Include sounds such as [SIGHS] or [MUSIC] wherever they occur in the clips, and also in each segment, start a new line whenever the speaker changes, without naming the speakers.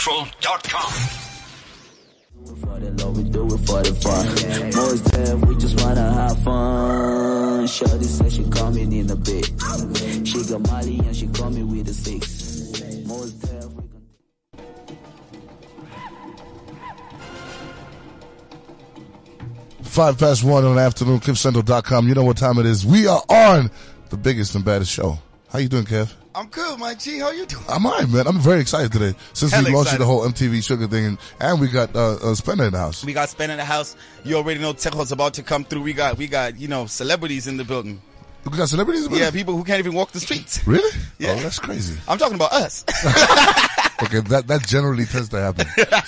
CliffCentral.com.
For the love, we do it for the fun. Most deaf, we just wanna have fun. Shorty said she coming in a bit. She got Molly and she coming with the six. Most deaf, we can.
Five past one on the afternoon, cliffcentral.com. You know what time it is. We are on the biggest and baddest show. How you doing, Kev?
I'm good, my G. How you doing?
I'm alright, man. I'm very excited today since
Hella
we launched
excited.
the whole MTV Sugar thing and, and we got, uh, uh Spender in the house.
We got Spen in the house. You already know Techo's about to come through. We got we got you know celebrities in the building.
We got celebrities? man?
Yeah, people who can't even walk the streets.
Really?
Yeah.
Oh, that's crazy.
I'm talking about
[LAUGHS]
us.
Okay, that, that generally tends to
[LAUGHS]
happen.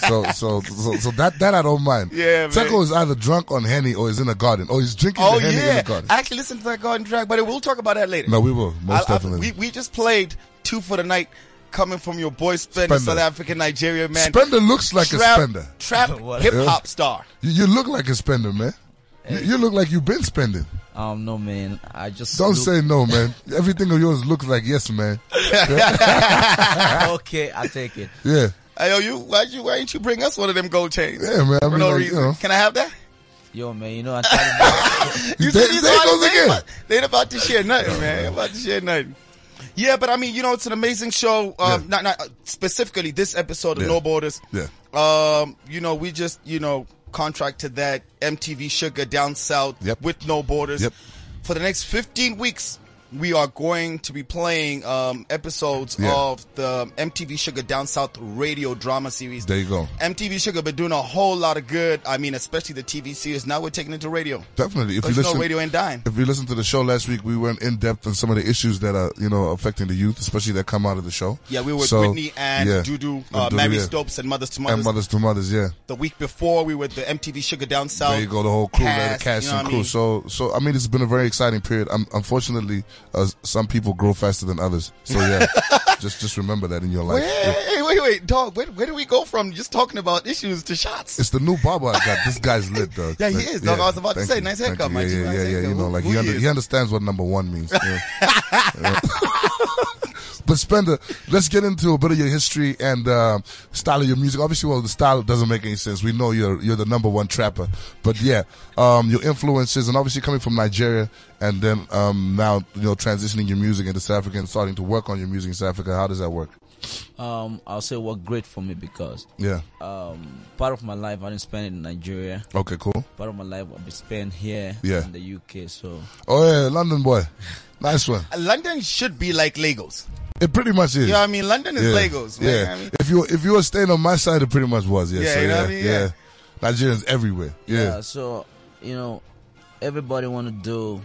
So, so, so, so that, that I don't mind.
Yeah, man.
Teco is either drunk on Henny or is in a garden or he's drinking
oh
the Henny in
yeah,
the garden.
I actually listened to that garden track, but we'll talk about that later.
no, we will. Most
I- I-
definitely.
we we just played two for the night, coming from your boy Spen,
Spender.
South African Nigeria man.
Spender looks like
trap,
a spender.
trap hip hop star.
You, you look like a spender, man. You, you look like you've been spending.
Um, no, man. I just
Don't
look-
say no, man. Everything of yours looks like yes, man.
[LAUGHS] okay. I take it.
Yeah,
Hey, yo, you why you why didn't you bring us one of them gold chains?
yeah, man. I
For
mean,
no
like,
reason.
You know,
Can I have that?
Yo, man. You know I started.
You
There-
see these
there it
artists,
goes
they ain't
again.
about- They ain't about to share nothing, man. They ain't about to share nothing. Yeah, but I mean, you know, it's an amazing show. Um,
Yeah.
Not not uh, specifically this episode of
Yeah.
No Borders.
Yeah.
Um, you know, we just you know contracted that MTV Sugar down south
Yep.
with No Borders.
Yep.
For the next 15 weeks, we are going to be playing um, episodes
Yeah.
of the MTV Sugar down south radio drama series.
there you go.
MTV Sugar been doing a whole lot of good. I mean, especially the TV series. Now we're taking it to radio.
Definitely. If you
Because you know
listen,
radio ain't dying.
if you listen to the show last week, we went in depth on some of the issues that are you know affecting the youth, especially that come out of the show.
Yeah, we were with
So,
Whitney and
yeah.
Dudu,
And
uh, Mary
yeah.
Stopes and Mothers to Mothers.
and mothers to mothers. Yeah,
the week before, we were at the MTV Sugar Down South.
there you go. The whole crew,
Cass,
there, the cast
you know
and
what I
crew.
mean?
So, so I mean, it's been a very exciting period. Um, unfortunately, uh, some people grow faster than others. So
[LAUGHS]
yeah, just just remember that in your life.
Wait, hey, hey, wait, wait, dog. Where, where do we go from just talking about issues to shots?
It's the new barber I got. This guy's lit, though.
Yeah, he is, dog. I was about to say, nice haircut,
man.
man.
Yeah,
Nice
yeah, yeah, yeah.
haircut.
You know,
Who-
like
who
he,
he
under,
is?
he understands what number one means.
[LAUGHS]
Yeah. Yeah. but Spender, let's get into a bit of your history and um, style of your music. Obviously, well, the style doesn't make any sense. We know you're you're the number one trapper, but yeah, um, your influences and obviously coming from Nigeria and then um, now you know transitioning your music into South Africa and starting to work on your music in South Africa. How does that work?
[LAUGHS] um, I'll say what great for me because
Yeah.
Uh,
um, part of my life I didn't spend it in Nigeria.
Okay. Cool.
Part of my life I'll be spent here
Yeah.
in the UK. So
Oh yeah, London boy. Nice one.
London should be like Lagos.
It pretty much is.
You know what I mean? London is
Yeah.
Lagos. Man.
Yeah.
I mean,
If you if you were staying on my side, it pretty much was. Yeah.
Yeah,
so,
you know
yeah,
what I mean?
yeah.
Yeah.
Nigerians everywhere. Yeah.
Uh, So you know, everybody want to do.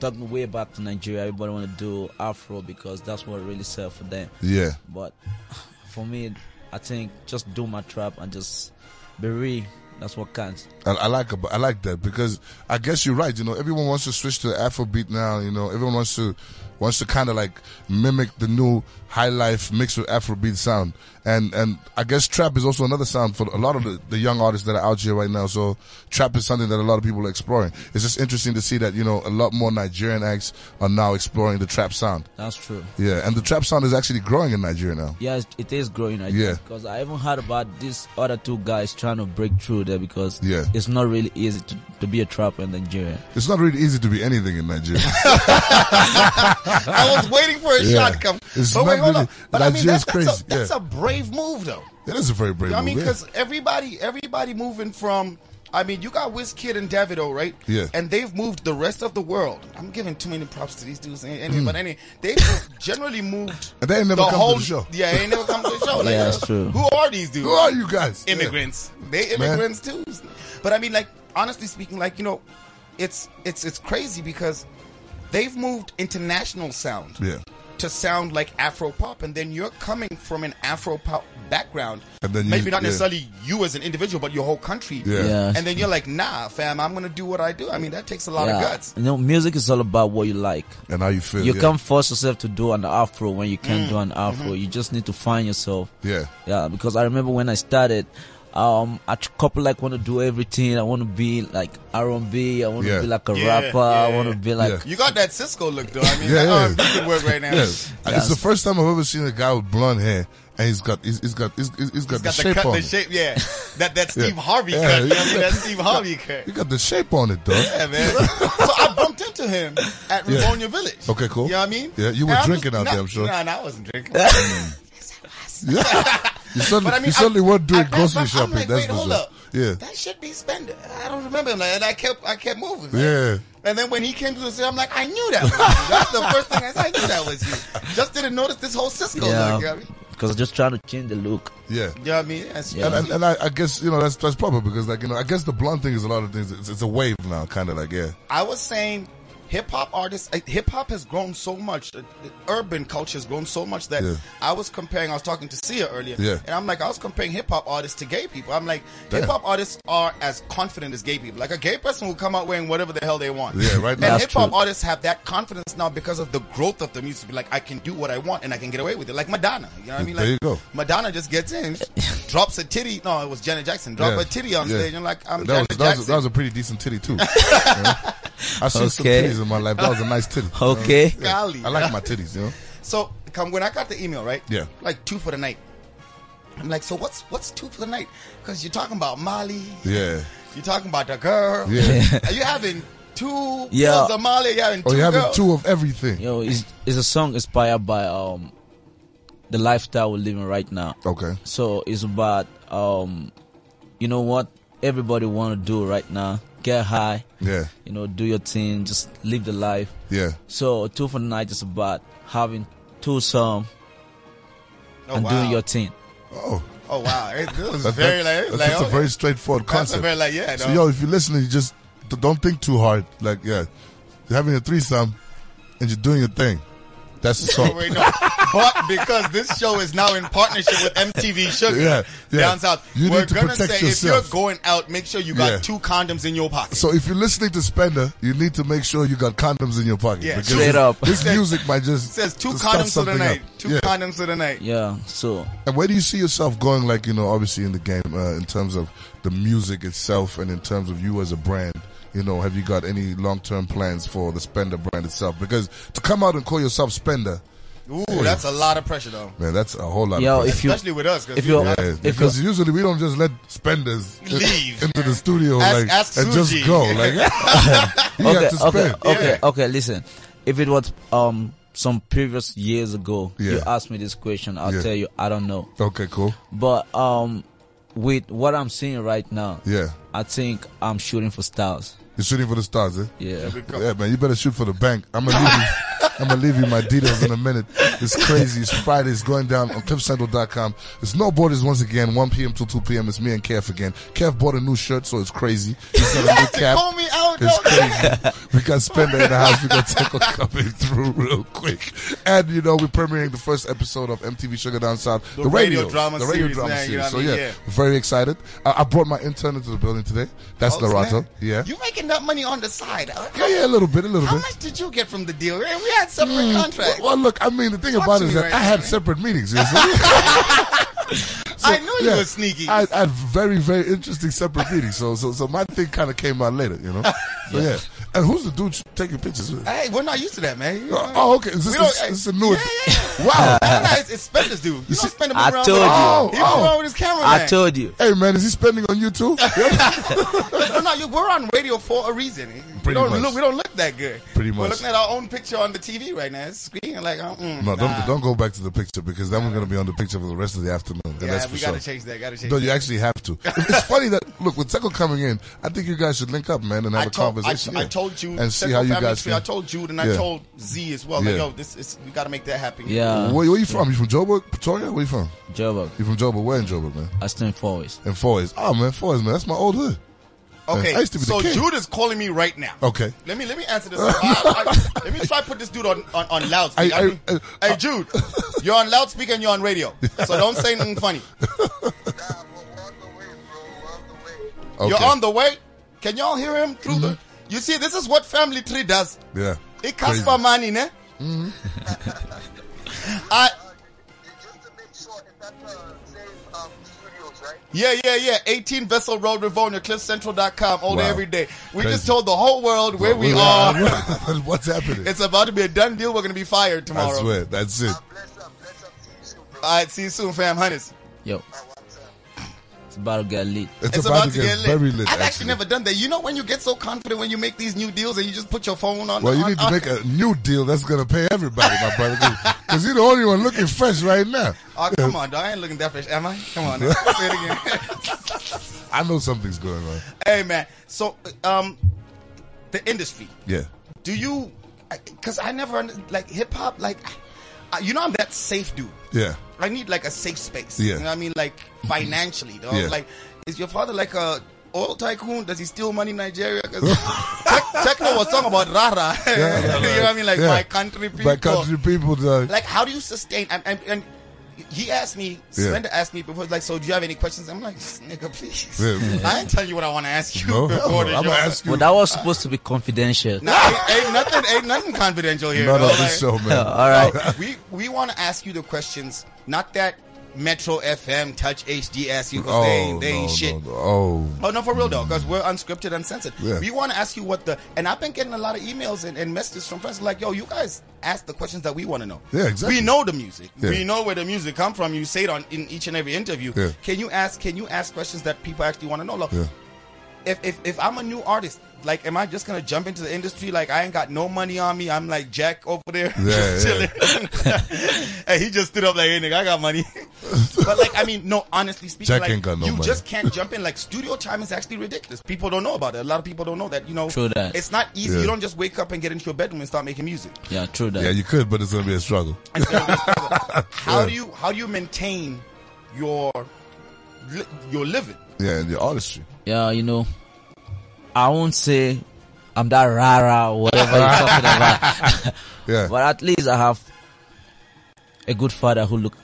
Talking way back to Nigeria, everybody want to do Afro because that's what really sell for them.
Yeah.
But [LAUGHS] for me, I think just do my trap and just be real. That's what counts.
I, I like ab- I like that because I guess you're right. You know, everyone wants to switch to Afrobeat now. You know, everyone wants to wants to kind of like mimic the new high life mixed with Afrobeat sound. And and I guess trap is also another sound for a lot of the, the young artists that are out here right now. So trap is something that a lot of people are exploring. It's just interesting to see that you know a lot more Nigerian acts are now exploring the trap sound.
That's true.
Yeah, and the trap sound is actually growing in Nigeria now.
Yes, it is growing. I
Yeah.
Because I even heard about these other two guys trying to break through there because
Yeah.
it's not really easy to, to be a trapper in Nigeria.
It's not really easy to be anything in
[LAUGHS]
Nigeria.
I was waiting for a
[LAUGHS] Yeah.
shot to come.
It's
but
not
wait, hold
really-
on. But I mean,
Nigeria's
that, that's,
crazy.
a, that's
Yeah.
a brave move, though.
it is a very brave
You know what
move,
I mean,
yeah.
because everybody, everybody moving from. I mean, you got Wizkid and Davido, right?
Yeah.
And they've moved the rest of the world. I'm giving too many props to these dudes. Any, any, But any, they've generally moved.
Mm. And they ain't never
the
come to
whole,
the show.
Yeah, they ain't never come to
[LAUGHS]
the show. Like,
Yeah, that's true.
Who are these dudes?
Who are you guys? Yeah.
immigrants. They
Man.
immigrants too. But I mean, like honestly speaking, like you know, it's it's it's crazy because they've moved international sound
Yeah.
to sound like Afro pop, and then you're coming from an Afro pop background,
And then you-
maybe not
yeah.
necessarily you as an individual, but your whole country.
Yeah.
Yeah.
And then you're like, nah, fam, I'm gonna do what I do. I mean, that takes a lot
yeah.
of guts.
You know, music is all about what you like.
And how you feel?
You
yeah.
can't force yourself to do an afro when you
Mm.
can't do an afro.
Mm-hmm.
You just need to find yourself.
Yeah.
Yeah, because I remember when I started, um, I tr- couple like want to do everything. I want to be like R&B. I want to
Yeah.
be like a
Yeah,
rapper. I
yeah.
want to be like
Yeah.
You got that Cisco look though. I mean,
[LAUGHS] Yeah,
that
yeah.
R&B could work right now.
Yeah. It's the first time I've ever seen a guy with blonde hair and he's got he's, he's got he's, he's got the
He's got the,
shape
cut,
on
the
it.
shape,
[LAUGHS]
yeah. That that Steve Harvey
Yeah,
cut. you know
yeah.
what I mean? That Steve Harvey cut.
You got the shape on it
[LAUGHS]
though.
Yeah, man. so I bumped into him at
Yeah.
Rivonia Village.
Okay, cool.
You know what I mean?
Yeah, you were
And I
drinking out
nah,
there, I'm sure.
Nah, nah, I wasn't drinking.
Yeah. You certainly,
But I mean,
you certainly
I-
weren't doing
I- I-
grocery
I'm
shopping.
Like,
that's
wait,
for
hold
sure.
up.
Yeah.
that should be spending. I don't remember him, like, and I kept, I kept moving. like-
Yeah.
And then when he came to the city, I'm like, I knew that. Was you. That's the first thing I said. I knew that was you. Just didn't notice this whole Cisco. Yeah. you know
yeah,
what I mean?
because I'm just trying to change the look.
Yeah.
You know what I mean? That's-
Yeah.
And, and, and I, I guess you know that's that's proper because like you know I guess the blonde thing is a lot of things. It's, it's a wave now, kind of like yeah.
I was saying hip hop artists, uh, hip hop has grown so much. uh, the Urban culture has grown so much that
Yeah.
I was comparing, I was talking to Sia earlier,
Yeah.
and I'm like, I was comparing hip hop artists to gay people. I'm like,
Damn.
hip hop artists are as confident as gay people. Like a gay person will come out wearing whatever the hell they want.
Yeah, right now.
And
That's
hip hop
true.
artists have that confidence now because of the growth of the music. Like I can do what I want and I can get away with it. Like Madonna, you know what I mean?
There
Like
you go.
Madonna just gets in, drops a titty. No, it was Janet Jackson. Drop
yeah.
a titty on
yeah.
stage and like I'm
that was,
Janet
that, was,
Jackson.
that was a pretty decent titty
[LAUGHS]
too. Yeah. I seen some
Okay.
titties in my life. That was a nice titty.
Okay.
Golly.
I like my titties, you know.
So come when I got the email, right?
Yeah.
Like two for the night. I'm like, so what's what's two for the night? Because you're talking about Molly,
Yeah.
you're talking about the girl.
Yeah.
Are you having two
Yeah.
yeah. of Molly? You're having two
Oh, you're having
girls?
two of everything.
You know, it's, it's a song inspired by um the lifestyle we're living right now.
Okay.
So it's about um you know what everybody want to do right now. Get high,
Yeah.
you know, do your thing, just live the life.
Yeah.
So two for the night is about having two some
Oh,
and
wow.
doing your thing.
Oh,
Oh wow, it, it was
that-
very
that-
like, it was
that's
like
just a
okay.
very straightforward
That's a
concept.
very like yeah.
so,
no.
yo, if you're listening, you just d- don't think too hard. Like, yeah, you're having a threesome and you're doing your thing. That's
[LAUGHS]
the
Oh,
song.
wait, no. But because this show is now in partnership with MTV Sugar
Yeah, yeah.
down south,
You
we're
need to
gonna
protect
say
yourself.
if you're going out, make sure you got
Yeah.
two condoms in your pocket.
So if you're listening to Spender, you need to make sure you got condoms in your pocket.
Yeah,
because
straight
this-
up.
This music might just
[LAUGHS] it says two
to start
condoms to the
something
night.
up.
Two
yeah.
condoms to the night.
Yeah. So
And where do you see yourself going? Like you know, obviously in the game, uh, in terms of the music itself, and in terms of you as a brand. You know, have you got any long-term plans for the Spender brand itself? Because to come out and call yourself Spender,
Ooh, that's a lot of pressure though.
man, that's a whole lot.
Yo,
of pressure.
If you-
Especially with us, 'cause
if
we-
you're-
Yeah,
if
because usually we don't just let spenders [LAUGHS]
Leave.
into the studio
Ask-
like
ask
and
Suji.
just go. Like [LAUGHS] you
okay,
have to spend.
okay, okay,
Yeah.
okay. Listen, if it was um some previous years ago, you
Yeah.
asked me this question, I'll
Yeah.
tell you I don't know.
Okay, cool.
But um, with what I'm seeing right now,
Yeah,
I think I'm shooting for stars.
you're shooting for the stars, eh?
Yeah.
Yeah, man, you better shoot for the bank. I'm gonna
[LAUGHS]
leave you. I'm gonna leave you my details in a minute. It's crazy. It's Friday. It's going down on clipcentral.com. It's no borders once again. 1 p.m. till 2 p.m. It's me and Kev again. Kev bought a new shirt, so it's crazy. He's got a
[LAUGHS]
new cap.
Call me out,
It's
dog.
crazy. we got Spender in the house. We
[LAUGHS]
got Tickle coming through real quick. And, you know, we're premiering the first episode of MTV Sugar Down South. The,
radio
Radios,
drama
The radio
series
drama
now, you
series.
know what I
so,
mean?
yeah,
Yeah.
we're very excited. I, I brought my intern into the building today. That's
Oh,
Larato.
snap.
Yeah. Mm-hmm.
You making that money on the side. huh?
yeah, yeah, a little bit, a little
How
bit.
much did you get from the deal? Man, We had separate
Mm.
contracts.
Well, look, I mean, the thing
Talk
about
to
it is
me
that
right
I
now,
had
man.
separate
[LAUGHS]
meetings. you see?
I knew you
Yeah.
were sneaky.
I, I had very, very interesting separate meetings. So, so, so my thing kind of came out later, you
[LAUGHS]
know. So yeah. And who's the dude taking pictures with?
hey, we're not used to that, man. You know?
Oh, oh, okay. Is this,
We don't-
this, this a new?
Yeah,
[LAUGHS]
yeah,
Wow.
I don't know, it's, it's Spender's dude. You
see-
don't spend him
I
around with
told
him.
you.
Oh,
He's
oh.
around with his camera.
I told you.
Hey man, is he spending on you
[LAUGHS]
too?
no, no, you, we're on radio for a reason. we
Pretty
don't
much.
look. We don't look that good.
Pretty
We're
much.
looking at our own picture on the TV right now. It's screen like, uh, mm,
no, don't
nah.
don't go back to the picture because then we're gonna be on the picture for the rest of the afternoon. and
Yeah,
that's for
we
sure.
gotta change that. Gotta change.
No,
that.
you actually have
[LAUGHS]
to. It's funny that look with Teco coming in. I think you guys should link up, man, and have
I
a
told, I,
conversation.
I
yeah.
told you
and see
Central
how you
Family
guys.
Tree, I
Can,
told Jude and
Yeah.
I told Z as well.
Yeah.
Like, yo, this is we got to make that happen.
Yeah.
where, where you from? You from Joburg, Pretoria? Where you from?
Job.
You from Joburg? Where in Joburg, man?
I stand forwards.
In Forest. Oh man, Forest, man. That's my old hood.
Okay.
I used to be the
so
king. Oh.
Jude is calling me right now.
Okay.
Let me let me answer this. [LAUGHS] I- I- let me try put this dude on on, on loudspeaker.
I- I-
I mean,
I- [LAUGHS]
hey Jude, you're on loudspeaker and you're on radio, so don't say
[LAUGHS]
nothing funny.
Nah, we're on the way, bro. We're on the way.
Okay. Mm-hmm.
You're on the way. Can y'all hear him through the? You see, this is what family tree does.
yeah.
It
Crazy.
costs
Mm-hmm.
for money, ne? [LAUGHS]
Uh,
I
you- just to make sure, is that the same um, studios, right?
Yeah, yeah, yeah. 18 Vessel Road, Rivonia, cliffcentral.com, all day,
Wow.
every day. We
Crazy.
just told the whole world where we are. [LAUGHS]
[LAUGHS] What's happening?
It's about to be a done deal. We're going to be fired
I
tomorrow.
swear, that's it.
Uh, bless up, bless up to you, too, bro. uh,
All right, see you soon, fam. Hunters.
Yo,
on WhatsApp.
it's about to get lit.
It's, about, to get, very lit.
I've actually, never done that. You know when you get so confident when you make these new deals and you just put your phone on.
Well, you
on-
need to
[LAUGHS] on-
make a new deal that's gonna pay everybody, my brother, because you're the only one looking fresh right now. [LAUGHS]
Oh, come on, dog. I ain't looking that fresh, am I? Come on, now. say it again. [LAUGHS]
I know something's going on.
hey, man. So, um, the industry.
Yeah,
Do you? Because I never under- like hip hop. Like, I, you know, I'm that safe dude.
yeah.
I need like a safe space.
Yeah. Mm-hmm.
You know what I mean? Like financially, dog.
Yeah.
Like, is your father like a oil tycoon? Does he steal money in Nigeria?
[LAUGHS]
'Cause Tech- Techno was talking about Rara. [LAUGHS]
Yeah, yeah,
you know what I mean? Like
yeah.
my country people.
By country people, dog.
Like, how do you sustain? And, and, and he asked me,
Yeah.
Svenda asked me before, like, so do you have any questions? I'm like, [LAUGHS] nigga, please.
Yeah.
I ain't telling you what I want to ask you
no, hell no.
[LAUGHS] before
I'm
the
gonna
show.
ask you.
Well, that was supposed to be confidential.
Nah, ain't, ain't nothing, ain't nothing confidential here.
None
bro.
of this
Like-
show,
[LAUGHS]
man.
All right.
we we want to ask you the questions, not that Metro FM, Touch HD ask you because
Oh,
they ain't, they
no,
ain't shit.
no, no. Oh,
Oh no, for real though, because we're unscripted, uncensored.
Yeah.
We want to ask you what the and I've been getting a lot of emails and, and messages from friends like, "Yo, you guys ask the questions that we want to know.
Yeah, exactly.
We know the music.
Yeah.
We know where the music come from. You say it on in each and every interview.
Yeah.
Can you ask? Can you ask questions that people actually want to know? Like,
yeah.
if, if if I'm a new artist, like, am I just gonna jump into the industry? Like, I ain't got no money on me. I'm like Jack over there, [LAUGHS]
Yeah,
chilling. [LAUGHS] and he just stood up like, "Hey, nigga, I got money." [LAUGHS] but like, I mean, no, honestly speaking,
Jack
like,
ain't got no
you
money.
just can't jump in. Like, studio time is actually ridiculous. People don't know about it. A lot of people don't know that. You know,
True that.
It's not easy.
Yeah.
You don't just wake up and get into your bedroom and start making music.
Yeah, true that.
Yeah, you could, but it's gonna be a struggle.
How do you how do you maintain your li- your living?
Yeah, and the artistry.
yeah, you know, I won't say I'm that rara or whatever you're talking about,
Yeah.
but at least I have a good father who look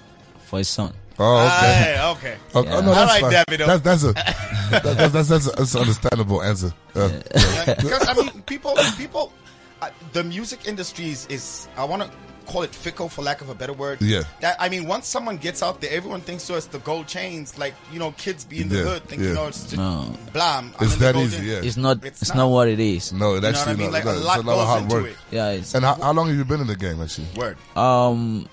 for his son.
Oh, okay.
Aye, okay.
Oh,
Yeah.
oh, no,
Ah, All
that's
right,
fine.
Davido.
That's that's a that, that's that's that's, a, that's an understandable answer. Uh,
because I mean, people, people, uh, the music industry is, is I want to call it fickle for lack of a better word.
Yeah.
That I mean, once someone gets out there, everyone thinks so. It's the gold chains, like you know, kids be in the
Yeah,
hood, think
yeah.
you know, it's just
No.
blah. I'm
It's
in the
that
gold
easy,
chain.
yeah.
It's not.
It's
It's,
not.
not. what it is.
No, it
You know what I
actually
mean?
no,
Like
no,
a lot
it's a lot of
goes
hard
into
work.
it.
Yeah, it's
And how, how long have you been in the game actually?
Word.
um,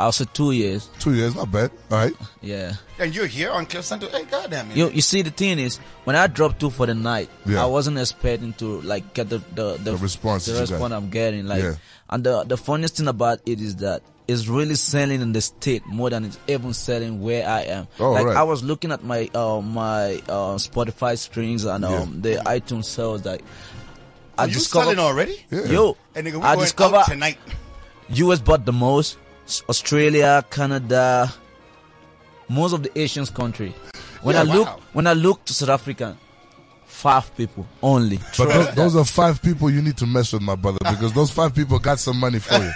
I'll say two years.
Two years, not bad. All right.
Yeah.
And you're here on Cliff Central. Hey, goddamn it.
You you see the thing is when I dropped two for the night,
Yeah.
I wasn't expecting to like get the the, the,
The response
the
that you got.
response I'm getting. Like
Yeah.
and the the funniest thing about it is that it's really selling in the state more than it's even selling where I am.
Oh,
like
right.
I was looking at my uh my uh Spotify streams and um the iTunes sales like I
Are you
discovered
selling already?
Yeah.
yo
Hey, nigga, we
I
going
discovered
out tonight.
US bought the most S- Australia, Canada, most of the Asian country. When
Yeah,
I look
wow.
when I look to South Africa, five people only.
But
Trust
those, those are five people you need to mess with, my brother, because those five people got some money for you.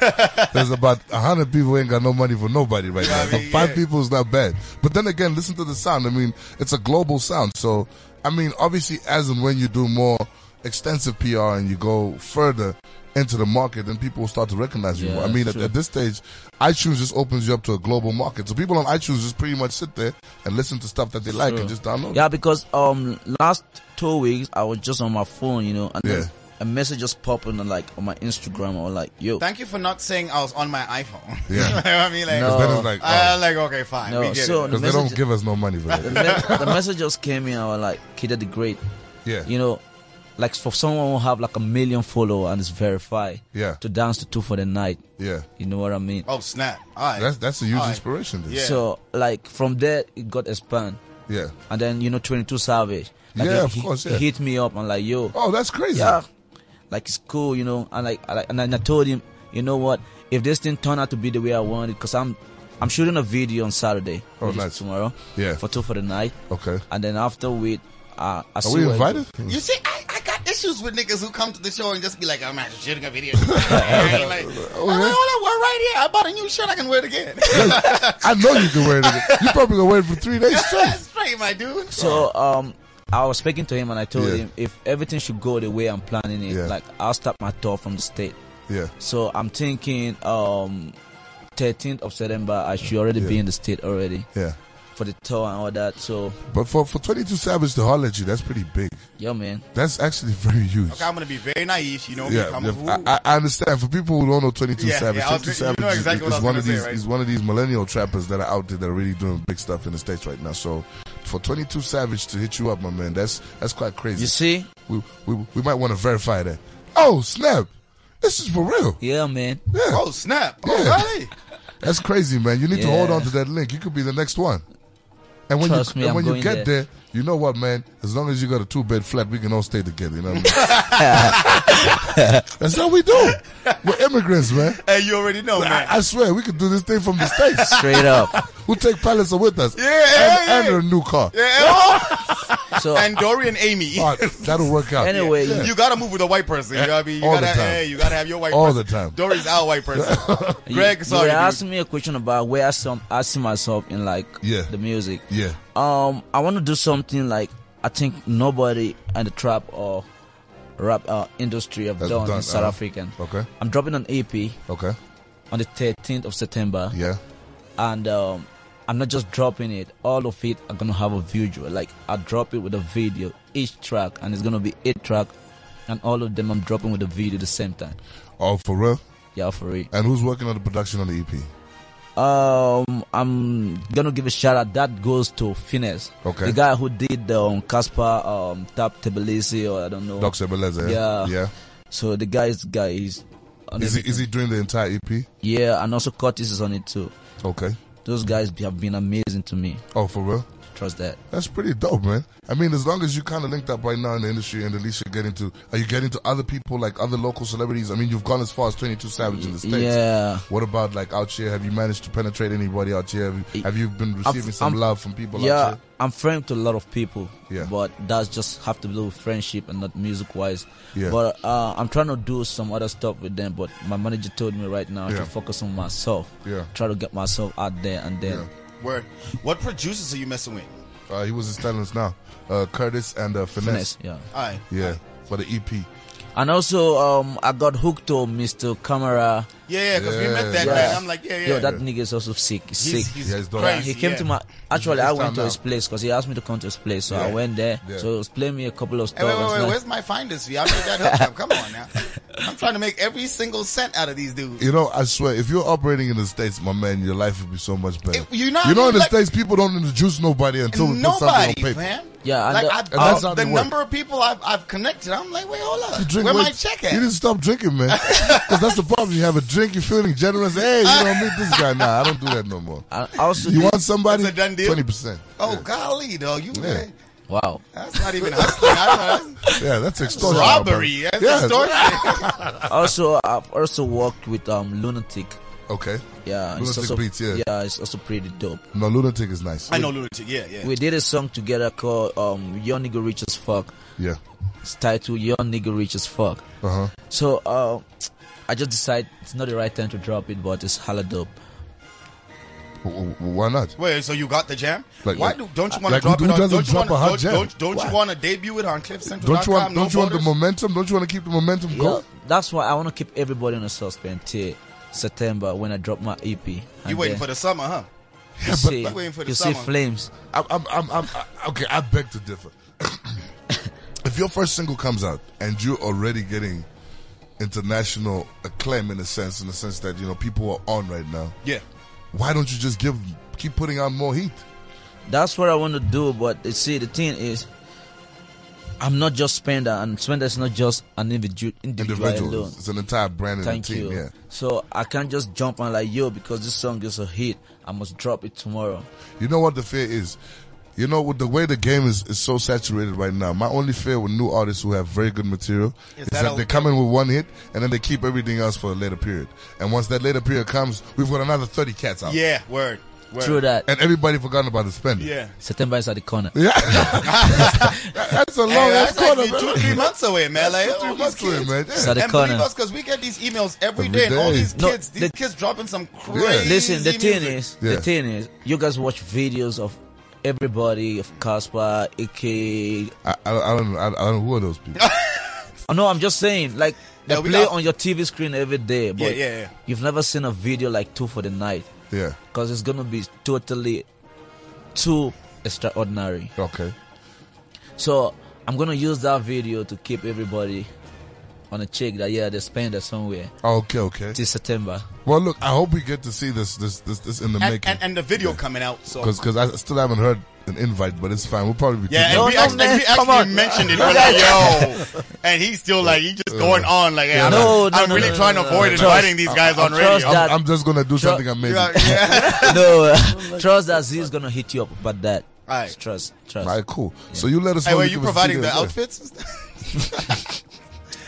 There's about a hundred people who ain't got no money for nobody right now.
I
So
mean,
five
yeah.
people is not bad. But then again, listen to the sound. I mean, it's a global sound. So, I mean, obviously, as and when you do more extensive PR and you go further into the market, then people will start to recognize you.
Yeah,
more. I mean, at,
true.
at this stage, iTunes just opens you up to a global market. So people on iTunes just pretty much sit there and listen to stuff that they like and just download.
Yeah, because um last two weeks I was just on my phone, you know, and
Yeah.
then a message just popped on like on my Instagram or like yo
Thank you for not saying I was on my iPhone.
Yeah.
[LAUGHS] you know what I mean? Like,
No.
Then it's like, um,
I'm like, okay, fine.
No,
we get
so-
it.
because they don't
message-
give us no money for
the, [LAUGHS]
that.
me- the message just came in, I was like, Kid the Great.
Yeah.
You know, like for someone who have like a million follower and is verified
Yeah.
to dance to two for the night.
Yeah.
You know what I mean?
Oh, snap. All right.
That's that's a huge
All right.
inspiration. Then.
Yeah.
So like from there it got expand,
Yeah.
and then you know twenty two Savage. Like,
Yeah,
he-
of
he,
course,
he
yeah.
hit me up and like yo,
Oh, that's crazy.
yeah, like it's cool, you know. And like, I, like- and then I told him, you know what? If this thing turn out to be the way I want it, because I'm I'm shooting a video on Saturday,
Oh,
which is
nice.
tomorrow,
Yeah.
for two for the night,
Okay.
and then after we, uh, I
Are
see
we
what-
invited?
[LAUGHS] You see, I, I got issues with niggas who come to the show and just be like, "Oh, I'm not shooting a
[LAUGHS]
video. like, I'm like, oh,
yeah?
we're right here. I bought a new shirt. I can wear it again. [LAUGHS]
I know you can wear it. again. You probably gonna wear it for three days straight.
That's right, my dude.
So um, I was speaking to him and I told
Yeah.
him if everything should go the way I'm planning it,
Yeah.
like I'll start my tour from the state.
Yeah.
So I'm thinking um 13th of September I should already be in the state already.
Yeah.
for the tour and all that. So
But for, for 22 Savage to holler at you, that's pretty big.
yeah, man.
That's actually [LAUGHS] very huge.
Okay, I'm gonna be very naive. You know me.
Yeah,
I'm
yeah,
who-
I, I I understand. For people who don't know 22
Yeah,
Savage,
yeah, I was
22
gonna-
Savage
you know
is-
exactly
is,
what I was
one of
gonna
these
say, right?
is one of these millennial trappers that are out there that are really doing big stuff in the states right now. So for 22 Savage to hit you up, my man, that's that's quite crazy.
You see?
we, we we might want to verify that. Oh snap! This is for real.
Yeah, man.
oh snap! Oh
Yeah.
really?
That's crazy, man. You need to hold
Yeah.
on to that link. You could be the next one. And when
Trust
you
me,
and
I'm
when you
going
get there.
there.
you know what, man? As long as you got a two bed flat, we can all stay together. You know what I
[LAUGHS]
mean? That's what we do. We're immigrants, man.
Hey, you already know, man.
I, I swear, we could do this thing from the states.
Straight up.
we'll take Palliser with us.
Yeah, yeah,
and,
yeah.
and a new car.
Yeah, oh,
So
and Dory and Amy.
[LAUGHS] All right, that'll work out.
[LAUGHS]
Anyway,
Yeah.
You gotta move with a white person. You know what I mean? You
All
gotta,
the time.
Hey, you gotta have your white.
All
person.
the time.
Dory's our
[LAUGHS]
white person.
you,
Greg,
you were
sorry. dude.
asking me a question about where I some asking myself in like
Yeah.
the music.
yeah.
Um, I want to do something like I think nobody in the trap or rap uh, industry have
Has
done,
done,
in South
uh,
African.
Okay.
I'm dropping an EP
Okay.
on the 13th of September,
Yeah.
and um, I'm not just dropping it. All of it are gonna have a visual. Like I drop it with a video each track, and it's gonna be eight track, and all of them I'm dropping with a video at the same time.
Oh, for real.
Yeah, for real.
And who's working on the production on the E EP?
Um, I'm gonna give a shout out. That goes to Finesse.
Okay.
The guy who did the um, Casper um, Tap Tbilisi or I don't know.
Doc Sebeleza.
Yeah.
Yeah.
So the guy's guy is. On E
Is he, is
everything.
he doing the entire EP?
Yeah, and also Curtis is on it too.
Okay.
Those guys be- have been amazing to me.
Oh, for real.
Trust that.
That's pretty dope, man. I mean, as long as you kind of linked up right now in the industry, and at least you're getting to, are you getting to other people like other local celebrities? I mean, you've gone as far as 22 Savage in the states.
Yeah.
What about like out here? Have you managed to penetrate anybody out here? Have you, have you been receiving
I've-
some
I'm-
love from people out
Yeah,
here?
I'm friend to a lot of people.
Yeah.
But that's just have to do with friendship and not music wise.
Yeah.
But uh, I'm trying to do some other stuff with them. But my manager told me right now
Yeah.
to focus on myself.
Yeah.
Try to get myself out there and then.
Yeah.
Word. What producers are you messing with?
Uh, he was in Stellans now. Uh, Curtis and uh, Finesse.
Finesse, yeah.
All right.
Yeah, for the E EP.
And also, um, I got hooked to Mr. Camera.
Yeah, yeah, because we met that
Yeah.
man. I'm like, yeah, yeah.
Yo, that nigga is also sick. He's
he's,
sick.
he's
Yeah, he's dope.
Yeah,
crazy.
he came
yeah.
to my. Actually,
He's
I
just
went to
down
his
now.
place because he asked me to come to his place. So
Yeah.
I went there.
Yeah.
So he was playing me a couple of
Hey,
stuff.
wait,
and
wait, wait.
stuff.
Where's my finders fee? I made that hook up. Come on now. I'm trying to make every single cent out of these dudes.
You know, I swear, if you're operating in the states, my man, your life would be so much better.
If you know-
you know, in the
like-
states, people don't introduce nobody until we put something on
Nobody,
paper.
man.
Yeah, and
like
the-
I,
And
that's
I-
how
the
they work.
number of people I've, I've connected. I'm like, wait, hold up.
You drink
Where
way-
my check at?
You didn't stop drinking,
[LAUGHS]
man. Because that's the problem. You have a drink, you're feeling generous. Hey, you know, meet this guy. Nah, I don't do that no more.
I also
You
did-
want somebody?
It's a done deal?
20%.
oh golly, though. You
Yeah.
wow.
that's not even hustling.
[LAUGHS]
I don't know. That's
Yeah, that's extortion.
robbery. That's
Yeah. [LAUGHS]
extortion.
Also, I've also worked with um Lunatic.
Okay.
Yeah,
Lunatic
it's also,
Beats, yeah.
it's also pretty dope.
No, Lunatic is nice.
I know lunatic. Yeah, yeah.
We did a song together called um Your Nigga Rich as Fuck.
Yeah.
It's titled Your Nigga Rich as Fuck.
Uh huh.
So uh, I just decided it's not the right time to drop it, but it's hella dope.
Why not?
Wait, so you got the jam?
Like-
Why
like-
do, don't you
like,
want to drop
who
it on?
doesn't
Don't you
drop
want
a hot
to
jam?
don't, don't
Why?
you want to debut it on CliffCentral.com?
Don't you want?
no
Don't you want the
voters?
momentum? Don't you want to keep the momentum
Yeah,
going?
that's why I want to keep everybody on a suspense till September when I drop my E EP.
You waiting for the summer, huh?
you see,
but- waiting for the
you see
summer.
flames.
I'm, I'm, I'm, I'm, I- okay, I beg to differ. [COUGHS] if your first single comes out and you're already getting international acclaim in a sense, in the sense that you know people are on right now,
Yeah.
why don't you just give, keep putting out more heat?
That's what I want to do, but you see, the thing is, I'm not just spender, and spender is not just an individu- individual,
Individuals,
alone.
it's an entire brand and
Thank
a team.
you.
Yeah,
So I can't just jump on like yo because this song is a hit. I must drop it tomorrow.
you know what the fear is. You know, with the way the game is, is so saturated right now, my only fear with new artists who have very good material is,
Is
that,
that a-
they come in with one hit and then they keep everything else for a later period. And once that later period comes, we've got another 30 cats out.
Yeah. Word. Word.
True that.
and everybody forgotten about the spending.
Yeah.
September is at the corner.
[LAUGHS] That's a long
Hey,
ass
that's
quarter,
actually
man.
two, three months away, man. Like,
Two, three
oh, these
months away,
kids.
man. Yeah.
Sad- The
and believe
corner.
us, because we get these emails every
Every
day, and all
day.
these
No,
kids, these
the-
kids dropping some crazy.
Listen, the thing
music.
is,
Yeah.
the thing is, you guys watch videos of everybody of Casper, AK.
I, I, I don't know. I, I don't know who are those people.
[LAUGHS]
Oh, no, I'm just saying, like they
Yeah, we
play
got-
on your TV screen every day, but
yeah, yeah.
you've never seen a video like Two for the Night
Yeah.
because it's gonna be totally too extraordinary.
Okay.
So I'm gonna use that video to keep everybody on a check that yeah they spend it somewhere
Oh, Okay. Okay.
till September. [LAUGHS]
Well, look, I hope we get to see this this this, this in the
And,
making.
and, and the video coming out. So
Because I still haven't heard an invite, but it's fine. We'll probably be
yeah, and
No,
we,
no,
actually,
man,
we
come
actually
on.
mentioned [LAUGHS] it. We're like, [LAUGHS] yo, and he's still like he just going on like, hey, I'm,
No, no,
I'm
no,
really
no,
trying
no,
to
no,
avoid
no.
inviting these guys on
trust
radio.
that-
I'm, I'm just gonna do something amazing.
Yeah, yeah.
no, uh, trust that Z is gonna hit you up about that.
Alright.
Trust, trust.
All right, cool. So you let us know.
Hey, were
when
you
come and see
providing
this,
the
yeah.
outfits?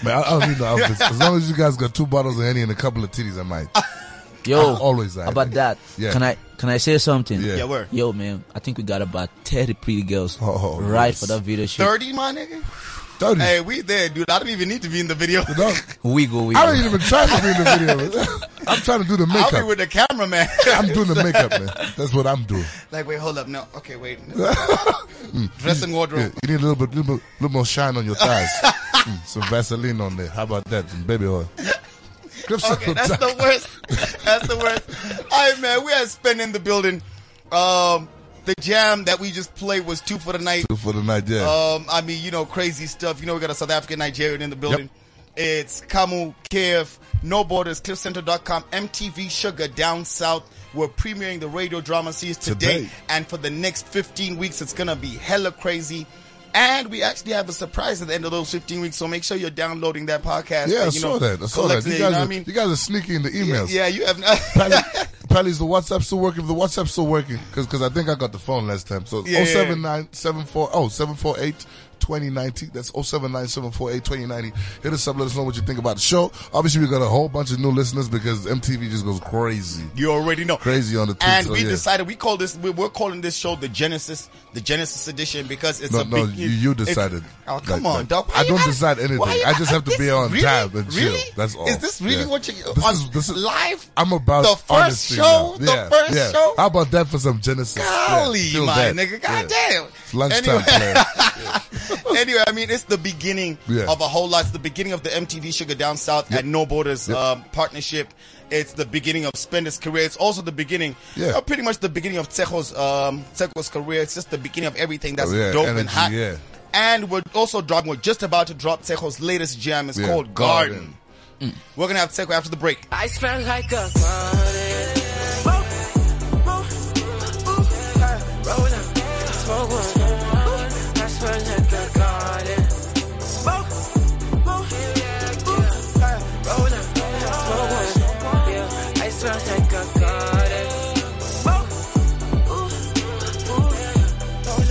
Man, I, I don't need the
[LAUGHS]
outfits. As long as you guys got two bottles of any and a couple of titties, I might.
Yo,
always that.
Oh, about that.
Yeah.
Can I can I say something?
Yeah.
Yeah, word.
Yo, man, I think we got about thirty pretty girls
Oh,
right
yes.
for that video shoot.
[LAUGHS] Thirty, my nigga.
Thirty.
Hey, we there, dude. I don't even need to be in the [LAUGHS] video.
No,
We go, we
I
go.
don't even try to be in the video. [LAUGHS] I'm trying to do the
I'll be
makeup.
with the cameraman.
I'm doing the makeup, man. That's what I'm doing.
[LAUGHS] like, wait, hold up. No, okay, [LAUGHS] wait. Dressing
Yeah,
wardrobe. [LAUGHS]
you need a little bit, little, bit- little more shine on your thighs. Mm, some Vaseline on there. How about that? Some baby oil. Grip some
Okay,
[LAUGHS]
that's the worst. [LAUGHS] That's the worst. All right, man. We had spin in the building. Um, the jam that we just played was two for the night.
for the night. Yeah.
Um, I mean, you know, crazy stuff. You know, we got a South African Nigerian in the building. It's Kamu, Kiev, No Borders, CliffCenter.com, MTV Sugar, Down South. We're premiering the radio drama series today,
Today.
and for the next 15 weeks, it's gonna be hella crazy. And we actually have a surprise at the end of those 15 weeks, so make sure you're downloading that podcast.
yeah, I
and, you
saw
know,
that. I saw that.
collecting
You guys,
it, you know what
are,
I mean?
you guys are sneaky in the emails.
Yeah, you have [LAUGHS] not.
Probably, probably is the WhatsApp still working? If the WhatsApp's still working, because I think I got the phone last time. So
Yeah, yeah,
oh
yeah.
seven nine seven four oh seven four eight. 2090. That's 079748 2090. Hit us up. Let us know what you think about the show. Obviously, we got a whole bunch of new listeners because MTV just goes crazy,
You already know.
crazy on the tweets.
And
so
we
oh, yeah.
decided we call this we- we're calling this show the Genesis the Genesis edition because it's
No,
a
no,
big
you, you
it's-
decided.
Oh come
Like,
on,
like,
dog! Why
I
you
don't
gotta-
decide anything.
why you
I just
gotta-
have to be
this-
on
really?
tab and chill.
Really?
That's all.
Is this really
Yeah.
what you
This
on
is- this is-
live?
I'm about
the first
honesty
show.
now.
The first
yeah.
show.
How about that for some Genesis? Yeah,
Golly,
feel
my
that.
nigga,
Yeah.
goddamn.
It's lunchtime,
Anyway.
player.
[LAUGHS] anyway, I mean, it's the beginning
Yeah.
of a whole lot. It's the beginning of the MTV Sugar Down South and No Borders um, partnership. It's the beginning of Spender's career. It's also the beginning,
Yeah.
uh, pretty much the beginning of Tsejo's, um, Tsejo's career. It's just the beginning of everything that's
Oh, yeah,
dope and
energy,
hot.
yeah.
And we're also dropping, we're just about to drop Tsejo's latest jam. It's
Yeah,
called Garden. Mm.
Garden.
We're going to have Tsejo after the
[LAUGHS]
break.
I smell like a garden. Smoke, smoke, ooh, fire, roll up, smoke one. Ooh, I smell like a garden. Smoke, smoke, ooh, fire, roll up, smoke one. Yeah, I smell like a garden. Smoke, ooh, ooh, roll up, smoke one.